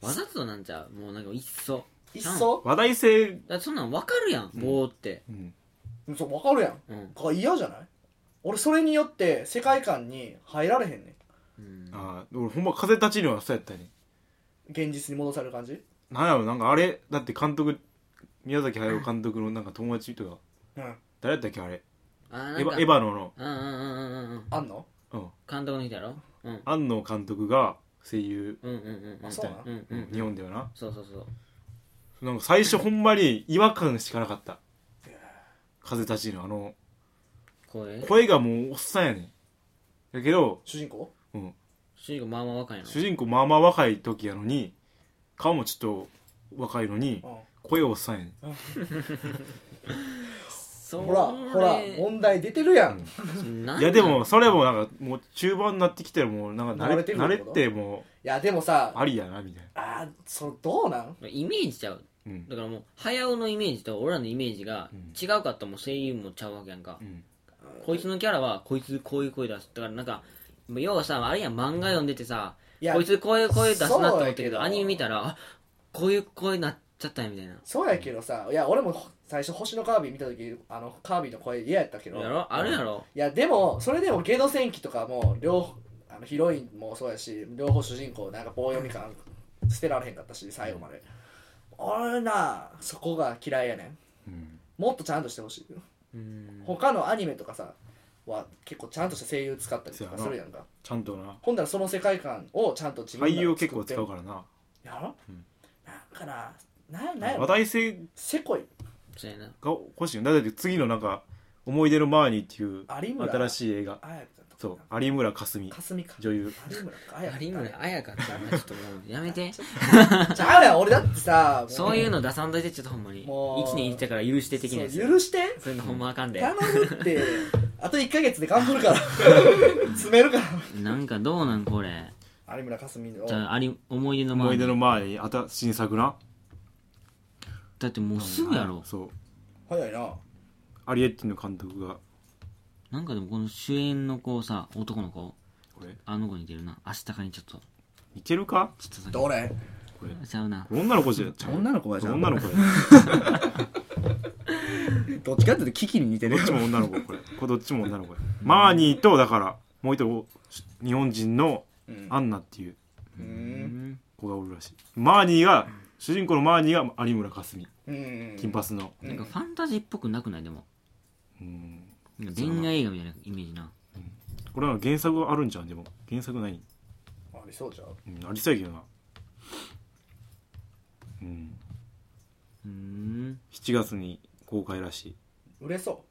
うわざとなんちゃうもうなんかいっそ
いっ
ちゃう
そ、
話題性
だってそんなんわかるやん棒って
うん
うん、そう分かるやん
うん
これ嫌じゃない俺それによって世界観に入られへんね
うん
ああ俺ほんま風立ちぬはそうやったね
ん現実に戻される感じ
なんやろなんかあれだって監督宮崎駿監督のなんか友達とか
うん
誰やったっけあれ
あーなん
エヴ
か
ァエヴァノの
うんうんうんうんうんうん
あんの
うん
監督の人やろうん
庵野監督が声優
うんうんうんうん
あそうなん
うんうんうん
日本ではな
そうそうそう
なんか最初ほんまに違和感しかなかった風立ちぬあの
声
声がもうおっさんやねんやけど、
主人公
うん、
主人公まあまあ若いの
主人公まあまあ若い時やのに顔もちょっと若いのに
うん
声おっさんやねん
そ
ほらほら問題出てるやん
ら
いやでもそれもなんかもう中盤になってきたらもうなんか
慣
慣れ
れ
て
て
慣
くる
れ
ってこと
ても
いやでもさ
うありやなみたい
あーそれどうなん
イメージちゃう
なうん
だからもう早尾のイメージと俺らのイメージが
うん
違うかったらもう声優もちゃうわけやんか、
うん
こいつのキャラはこいつこういう声出すだからなんか要はさあれやん漫画読んでてさ
いや
こいつこういう声出すなと思った
そう
け
やけ
ど
ど
アニメ見たらあこういう声なっちゃったんやみたいな
そうやけどさいや俺も最初星のカービィ見た時あのカービィの声嫌やったけど
やろあるやろ
いやでもそれでもゲド戦記とかも両方あのヒロインもそうやし両方主人公なんか棒読み感捨てられへんかったし最後まで俺なそこが嫌いやねん
うん
もっとちゃんとしてほしい
うん
他のアニメとかさは結構ちゃんとした声優使ったりとかするやんか
ちゃんとな
ほんならその世界観をちゃんと自分
俳
らで
優を結構
作って
使うからな
やろ、
うん
なんかなななんや
話
ろ
題性
せこい
そうやな
が欲しいよだって次のなんか「思い出のマーニー」っていう
有村
新しい映画
あやかとか
そう有村架純
霞か
女優
有村か綾香
有村綾香ってちょっともうや めて
ちゃうやん俺だってさも
そういうの出さんといてちょっとほんまに
もう
1年生きたから許して的なやつ
そう許して
そういうのほんまあかんで
頼む ってあと1か月で頑張るから詰めるか
なんかどうなんこれ
ら有村架純の
じゃああり思い出の前
思い出のマーニーあた新作な
だってもうすぐやろ
そう
早いな
アリエッティの監督が
なんかでもこの主演の子さ男の子
これ
あの子に似てるな足高にちょっと
いけるか
ちょっとだ
どれ
けちゃうな
これ女の子じゃちゃう
女の子やじゃん
女の子や
どっちかっていうとキキに似て
どっちも女の子これこれどっちも女の子やマーニーとだからもう一人日本人の
うん
アンナっていう
うん
子がおるらしいマーニーが主人公のマーニーが有村架純
うん
金髪の
なんかファンタジーっぽくなくないでも
うん
なんか恋愛映画みたいなイメージな
これは原作があるんじゃうんでも原作ない
ありそうじゃん
うんありそうやけどなうん
うーん
7月に公開らしい
売れそ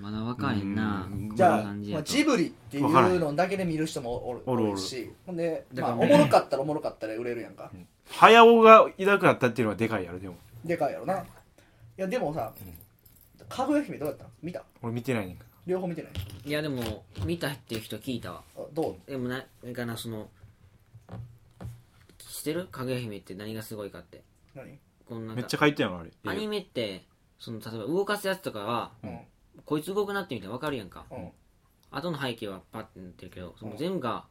まだ若いな
うん
うじゃあ、
こんな感じ
ま
や
あ、
と
ジブリってい
わから
うんのだけで見る人もおる
おるおる
多いしほんで、
だか
ま
ら
あ、
ね
おもろかったらおもろかったら売れるやんか
早尾がいなくなったっていうのはでかいやろでも
でかいやろないやでもさかぐや姫どうやった見た
俺見てないねんか
両方見てない
いやでも見たっていう人聞いたわ
あどう
でもななんかなその知ってるかぐや姫って何がすごいかって
何
このな
ら
ん
め
か
っちゃ書いてんのあれ
アニメってその例えば動かすやつとかは
うん
こいつ動くなってみたら分かるやんか
うん
後の背景はパッてなってるけどその
うん
全部が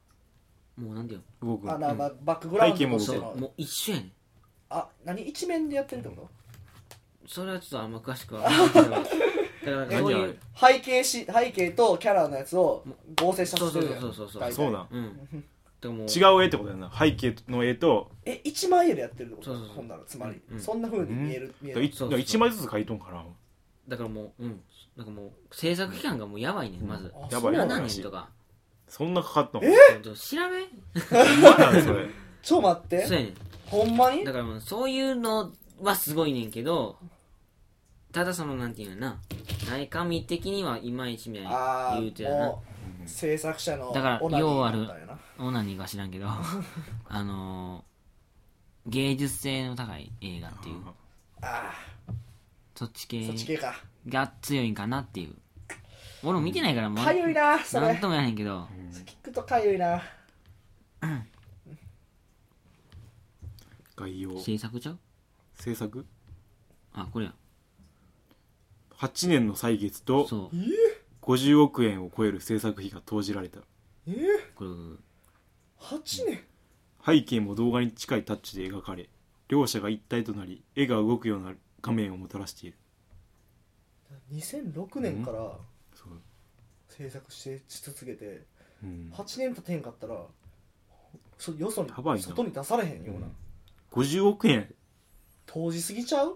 もうなんていう
動く
あな、
うん
まあ、バックグラウンド
背景も
と
そ
して
そう
の
もう一緒やねん
あ何一面でやってるってこ
それはちょっとあんま詳しく は分からないけどだからそう
何
い
あ
う
れ
と背景し背景とキャラのやつを合成した
そう
とす
そう
るやん
そうそうそう
大体
そうなん
うんでももう
違う絵ってことやな背景の絵と
え一枚絵でやってるってこと
そうそうそう
ほんならつまり、
うん
そんなふうに見える、見える
い
そうそう
一枚ずつ書いとんかな
だからもううんなんかもう制作期間がもうやばいねんまず
あ
やばい
そうなん
7
や
し
年
い
とか
そんなかかったの
ちょっと調べ
まだそれ
ちょ待って
そうやねん
ほんまに
だからもうそういうのはすごいねんけどただそのなんていうのやな内神的にはいまいちみたい
あ
な言うて
あ
やな
もう制作者の
だから
オナニー
ようある
だったんやな
オナニーか知らんけど あのー、芸術性の高い映画っていう
あ
そっち
ーそっち
系
系か
が強いんかなっていう俺も見てないからもう
かゆいなそ
なん
れ
ともやねんけど
聞くとかゆいな
概要
制作ちゃう
制作
あこれや
8年の歳月と
そう
50億円を超える制作費が投じられた
えー、
これ
8年
背景も動画に近いタッチで描かれ両者が一体となり絵が動くような画面をもたらしている
2006年から
そう
制作してし続けて
うん
8年経てんかったらそよそに
やばいな
外に出されへんような
50億円
投じすぎちゃう
こ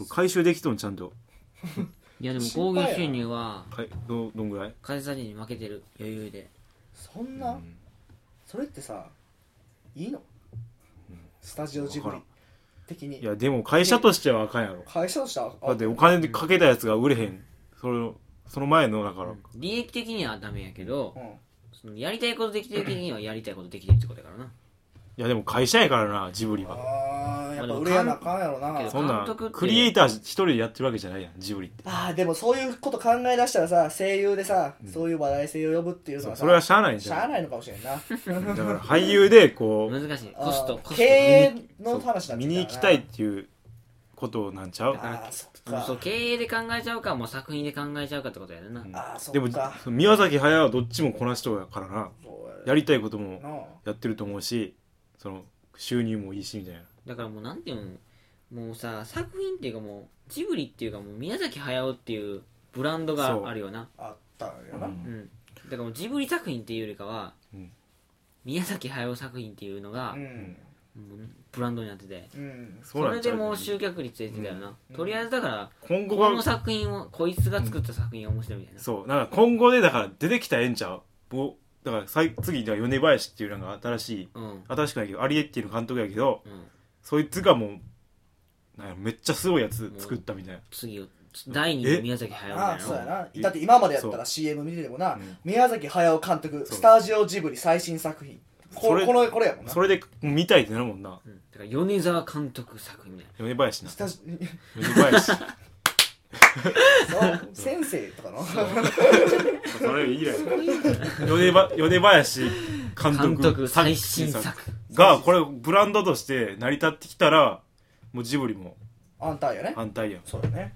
れ回収できとんちゃんと
いやでも興
心配や
行収入は
かいどどんぐらい
開催に負けてる余裕で
そんな、
うん
それってさいいの、スタジオジブリ
わか
的に
いやでも会社としてはあかんやろ
会社としてはあ
だってお金でかけたやつが売れへんそれその前のだから
利益的にはダメやけど
うん
そのやりたいことできてる的にはやりたいことできてるってことやからない
やでも会社やからなジブリは
あーやっぱ売れやなあかんやろ
け
な
ど
そんな
監督っ
ん
て
クリエイター一人でやってるわけじゃないやんジブリって
あーでもそういうこと考え出したらさ声優でさ、そういう話題性を呼ぶっていうの
そ
は
う
さ
それはしゃあないん
し
じ
ゃ
ゃ
あ
ん
ないのかもし れんな
だから俳優 でこう
難しいコスト
あー
コス
経
ト
営の話
そ
な
う
ん
見に行きたいっていうことなんちゃう
ああそっ
もう
か
そう経営で考えちゃうかもう作品で考えちゃうかってことやねんな、
ああそ
でも
っか
その宮崎駿はどっちもこなしとうやからな
そう
やりたいこと
やな
もやってると思うしその収入もいいしみたいな
だからもうなんていうのもうさ作品っていうかもうジブリっていうかもう宮崎駿っていうブランド
そう
があるよな
あったんやな、
うん
うんだからもうジブリ作品っていうよりかは、
うん
宮崎駿作品っていうのが
う、ん
もうブランドになってて
うん
そ
なん
れ
ち
で
ゃう
もう集客率出てたよな、とりあえずだから、
今後
この
が
作品をこいつが作った作品が面白いみたいな、
そうなんか今後でだから出てきたらええんちゃうぼだからさい次だから米林っていうなんか新しい
うん
新しくないけどアリエッティの監督やけど
うん
そいつがもうなんやめっちゃすごいやつ作ったみたいな
次を第2の宮崎駿み
あ
た
あ
い
そうや
な
な
うん
だって今までやった
そ
ら CM 見ててもな、
うん
宮崎駿監督
そう
スタジオジブリ最新作品こ
それ
このこれやもんな
それで見たいってなるもんな
うんだから米沢監督作品みたい
米林な
スタジ
米 林
そう先生とかの
それ以来米ば米林監
な
督
監督最新作
がこれブランドとして成り立ってきたらもうジブリも
安泰やね
反対やん
そうだね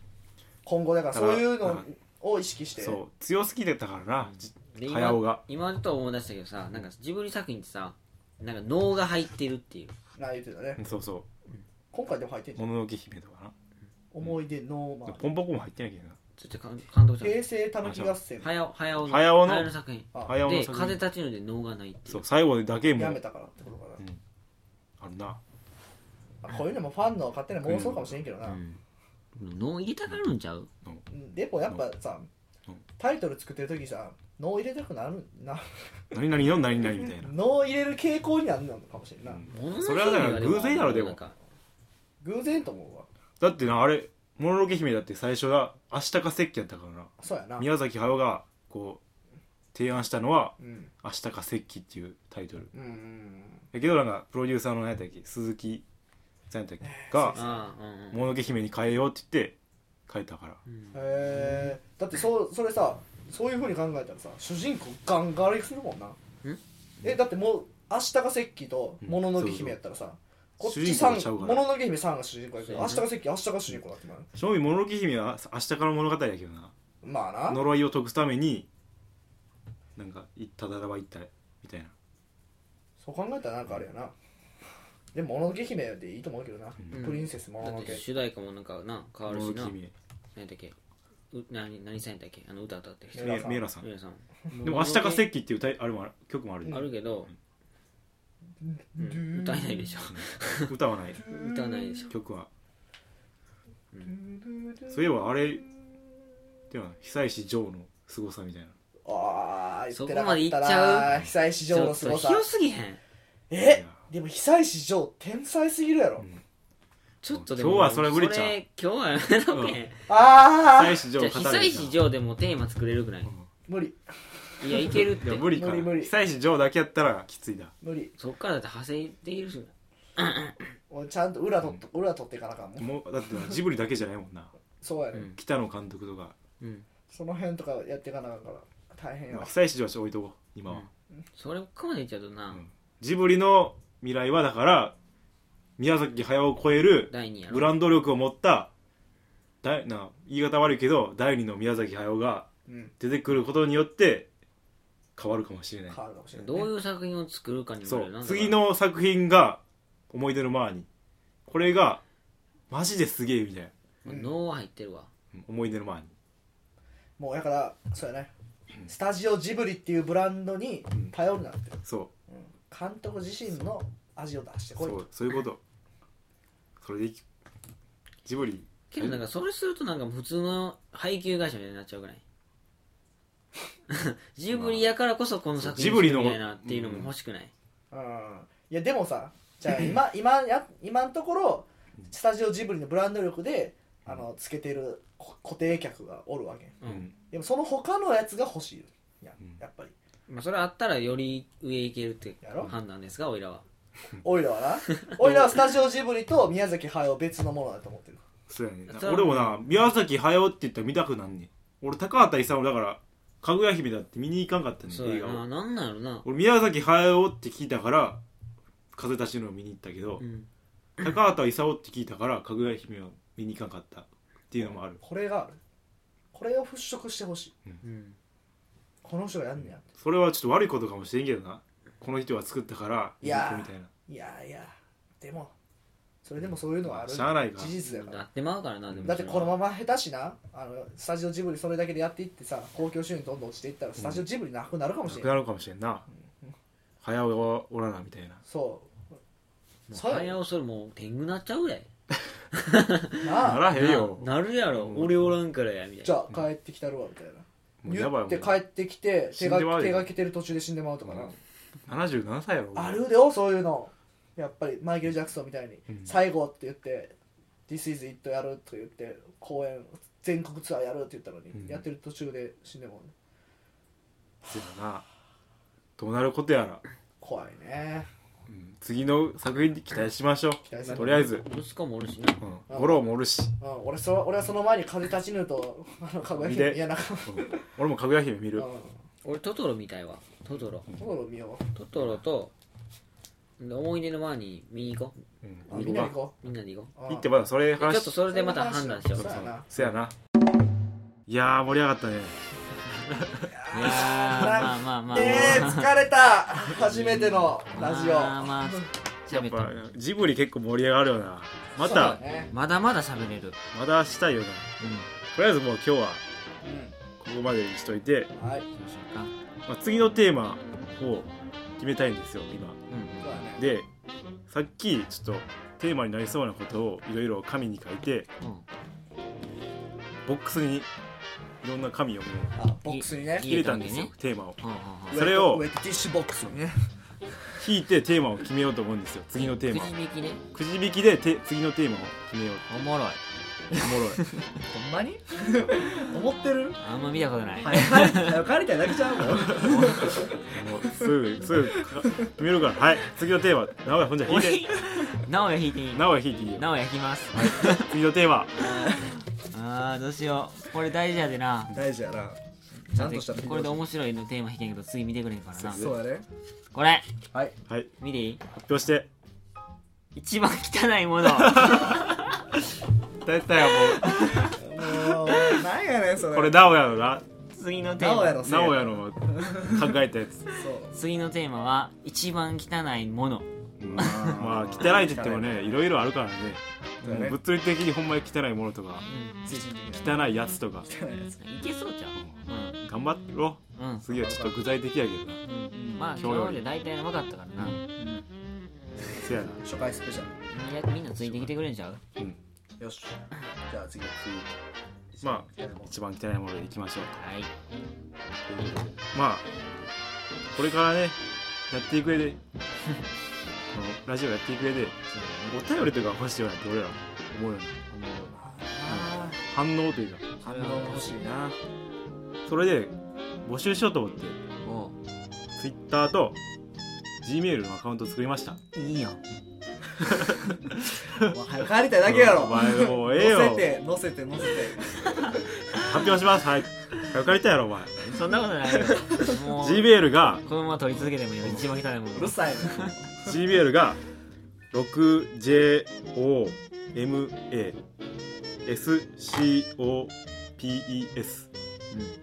今後だから
だ
そ
か
う
ら
いうのを意識して
そう強すぎてたからなじ
で今
駿が
今ちょっと思い出したけどさなんかジブリ作品ってさなんか能が入ってるっていう
な言ってたね
そうそ
今回でも入ってん
う
じゃん
もののけ姫とか
思い出ノーマ
な
ン
ポンポコも入ってないけど
ちょっと監監督じ
平成たぬき合戦
ゃん駿駿の
駿の
の作品
な
あ
駿の
で
作
風
品
立ちぬで能がないってい
そうう最後だけも
やめ
あ
たからってことか
るな
な、あこういうのもファンの勝手な妄想かもしれんけどな、
ん能入れたがるんちゃう
うんでもやっぱさ、
うん
タイトル作ってる時さ脳入れたくなるな
何々の何々みたいな
脳入れる傾向になるのかもしれんな、
うん
ものの
それはだから
け姫
偶然やろでも
なんか
偶然と思うわ
だってなあれ「もののけ姫」だって最初が「明日か石器」やったからな
そうやな、
宮崎駿がこう提案したのは
うん
「明日か石器」っていうタイトル
うんうん
やけどなんかプロデューサーの何やったっけ鈴木さんやったっけが
ああ
「
うんうん
もののけ姫」に変えようって言って変えたから
うん
へえだってそうそれさそういうふうに考えたらさ主人公ガンガリするもんなえだってもう「明日が石器」と「もののけ姫」やったらさ、こっち
主人公
三
がちゃうか
も
ら
ののけ姫さんが主人公やけど、
そう
明
や
日が石
ね
器、明日が主人公だってなる。
正味もののけ姫は明日から物語やけどな
まあな。
呪いを解くためになんかいただらば行ったみたいな
そう考えたらなんかあれやな。でも、もののけ姫でいいと思うけどな。
うん
プリンセスもの
だ
の
っ
け
て。主題歌もなんかな変わ
も
る
の
し
のけ
な
姫
何だっけう何何さんやったっけあの歌歌ってる人
メ
メ
ラさん
メラさん
皆さん
でも「明日か石器」っていうタイあれもある曲もあるで
あるけど、うん
うん
歌えないでしょ
歌は ない
歌わないでしょ
曲はそういえばあれでは久石譲の凄さみたいな
ああ、言ってな
そこま
か
で
っ
言ったちゃ
な。久石譲のすご
ち
さ
ょっと。広すぎへん
え
いや
でも、久石譲、天才すぎるやろ。
ちょっとでも
今日はそれ無理ちゃう
それ今日はやめとけ、
うん
あ
久
あ、
石譲
じゃ
語
あ
れた
久石譲でもテーマ作れるくない、
無理、
いやいけるって
いや無理か
無理無理
久石譲だけやったらきついだ
無理。
そっからだって派生できるし
俺、ちゃんと裏取っと裏取っていかなあかんもん。
もうだってなジブリだけじゃないもんな
そうや
う
ね。
ん
北野監督とか
うん
その辺とかやっていかなあかんから、大変や
まあ
わ。
久石譲はちょっと置いとこう今は
それここまでいっちゃうとな、
うんジブリの未来はだから宮崎駿を超える
第2やろ
ブランド力を持っただいな言い方悪いけど第二の宮崎駿が
うん。
出てくることによって変わるかもしれない
変わるかもしれないね。
どういう作品を作るかにも
そ
よるな
う次の作品が「思い出のマーニー」これがマジですげえみたいな
脳は入ってるわ
「うん思い出のマーニ
もうやからそうやねスタジオジブリっていうブランドに頼るなって、
そ
監督自身の味を出して
う
こい
そ
と
うそういうことそれでいきジブリ
けどなんかそれするとなんか普通の配給会社みたいになっちゃうぐらい ジブリやからこそこの作品
ジブリの
みたいなっていうのも欲しくない、
うんいやでもさじゃあ今今や今のところスタジオジブリのブランド力であのつけてるこ固定客がおるわけ
うん
でもその他のやつが欲しいや
うん
やっぱり
まあ、それあったらより上行けるって
やろ
判断ですがおいらは
おいら はなおいらはスタジオジブリと宮崎駿は別のものだと思ってる
そうやね
そうやね
俺もな宮崎駿って言ったら見たくなんねん俺高畑勲だからかぐや姫だって見に行かんかったね
そう
映
や
画
な
を
なんなんやろな
俺宮崎駿って聞いたから風立ちぬを見に行ったけど
う、ん
高畑勲って聞いたからかぐや姫を見に行かんかったっていうのもある
これがあるこれを払拭してほしい
うん
この人がやんねやって
それはちょっと悪いことかもしれんけどなこの人は作ったから
いやー
見に行くみたいない
やいやでもそれでもそういうのはある
しゃあないか
事実だから
なってまうからなでも
だってこのまま下手しなあのスタジオジブリそれだけでやっていってさ公共収入どんどん落ちていったらスタジオジブリなくなるかも
な
しれ
く
ない、
なるかもしれんな早尾はおらなみたいな
そ
もう
そうや
早うそれもう天狗なっちゃうぐらいう
な
なあ
らへんよ
ななるやろ、俺おらんからやみたい
じ
な
ゃあ帰ってきたるわみたいな
もうやば
言
いも
っ
ん
て帰ってきて手
死んでまう
が
よ
手がけてる途中で死んでまうとかな、
うん77歳やろ
あるでよそういうのやっぱりマイケル・ジャクソンみたいに、
うん
最後って言って「This is it」やると言って公演全国ツアーやるって言ったのに、
うん
やってる途中で死んでもうね
そうやなどうなることやら、
怖いね
うん次の作品に期待しましょ
期待す
う
る
とりあえず、
息子もおるしな
うん、五郎もおるし、
うん、俺そ俺はその前に風立ちぬと あのかぐや
見
姫
て
いやなんか
うん俺もかぐや姫見
うん
る
俺トトロみたいわトトロ
どう見よ
トトロと思い出の前に見に行こ
うん
うあ
行
みん
こう
な
か
で行こ
うみんなで行こ
う
う
うんん
行ってまだそれ
うでちょっ
話
とそれでまた判断しよう
それで話しようそうやな
せやないやー盛り上がったね
いやーまあまあまあ、まあ、
えー、疲れた初めてのラジオ
まあまあ
やっ
喋っ
ぱ
た
ジブリ結構盛り上がるよなま
そうだ
た、
ね
まだまだ喋れる
まだしたいよな
う
とりあえずもう今日は
う
ここまでにしといて、
んはい
んそうしようか
まあ、次のテーマを決めたいんですよ今
う
そうだね
でさっきちょっとテーマになりそうなことをいろいろ紙に書いて
んうん
ボックスにいろんな紙をもう
あボックスにね
いい
入れたんですよ
入れたんでね
テーマを
うんうんうん
それを
ウェットウェットティッシュボックスにね
引いてテーマを決めようと思うんですよ次のテーマ
くじ引きね
くじ引きでて次のテーマを決めよう
おもろい
おもろい
ほんまに 思ってる
あんま見たことない、
早く帰り早く帰りたいだけちゃうもん
もうすぐすぐか決めるからはい次のテーマ名古屋ほんじゃ引いて
なおや引いていい
名古屋引いていいよ
なおや引きます
次のテーマ
あーどうしようこれ大事やでな
大事やなちゃんとした
これで面白いのテーマ引けんけど次見てくれへんからな
そうだね
これ
はい
はい
見ていい
発表して
一番汚いもの
だいたいも
もうなんやねんそれ
うこれ名古屋のな
次のテ
なおや
ーマ
のせい
名古屋の考えたやつ
そう
次のテーマは一番汚いもの
まあ汚いって言ってもねいろいろあるからね
そうだ
もう
ね
物理的にほんまに汚いものとか
うん
精神的
汚いやつとか
な汚いやつ
いけそうじゃん
頑張ろ
うんうん
う次はちょっと具体的やけどな
うんまあ
今日よ
今
り
日まで大体の分かったからな
せやな
初回スペシャ
みんなみんなついてきてくれんちゃう
うん
ルよしじゃあ次
次まあ一番汚いものでいきましょう
はい
まあこれからねやっていく上で このラジオやっていく上でお便りとか欲しいよなって俺ら思うよね
あ
反応というか
ー反応欲しいな
それで募集しようと思って
おう
Twitter と Gmail のアカウント作りました
いいやん
もう早く帰りたいだけやろ
お前もうえ えよ
乗せて乗せて乗せて
発表しますはい分かりたいやろお前
そんなこと ないよもう
Gmail が
このまま取り続けてもいいよ一番汚いもの
うるさいな
Gmail が 6JOMASCOPES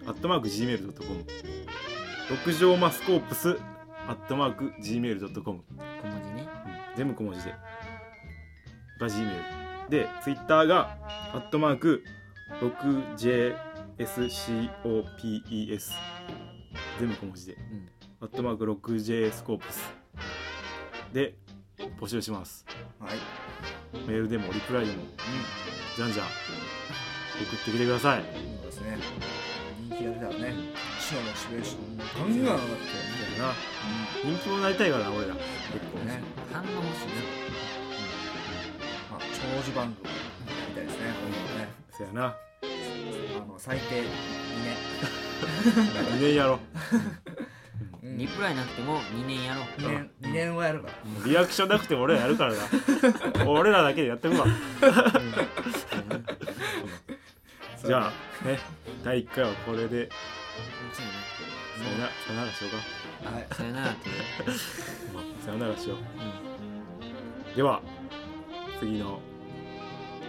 アットマーク Gmail.com 六畳マスコープスアットマーク Gmail.com
小文字ね
全部小文字でが Gmail で Twitter がアットマーク 6J SCOPES 全部小文字で、
ん
アットマーク 6J スコープスで募集します
はい
メールでもリプライでも、じゃんじゃん送ってきてください
そうですね人気が出たらね師匠もシミュレーションもガンガン上がって
な人気者になりたいからな俺ら
結構ね
反応欲しいね
まあ長寿番組みたいですね
そやな
今後ねあの最低2
2年やろ
年
リプライなくても2年やろう
2年二年はやるから
リアクションなくても俺らやるか らな俺らだけでやってくわじゃあね第1回はこれで
そうね
さよなさよならしようか
はい
さよならっていう
さよならしよう。では、次の、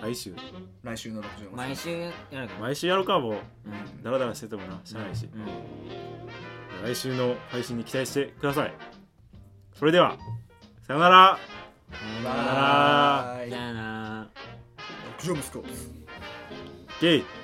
来週。
来週の60
毎週やるから
毎週やろうか、もう。
うん
ダラダラしててもな、しゃあないし。
うん
来週の配信に期待してください。それでは、さよなら
さ
バイ
よなら
60スコープス
ゲイ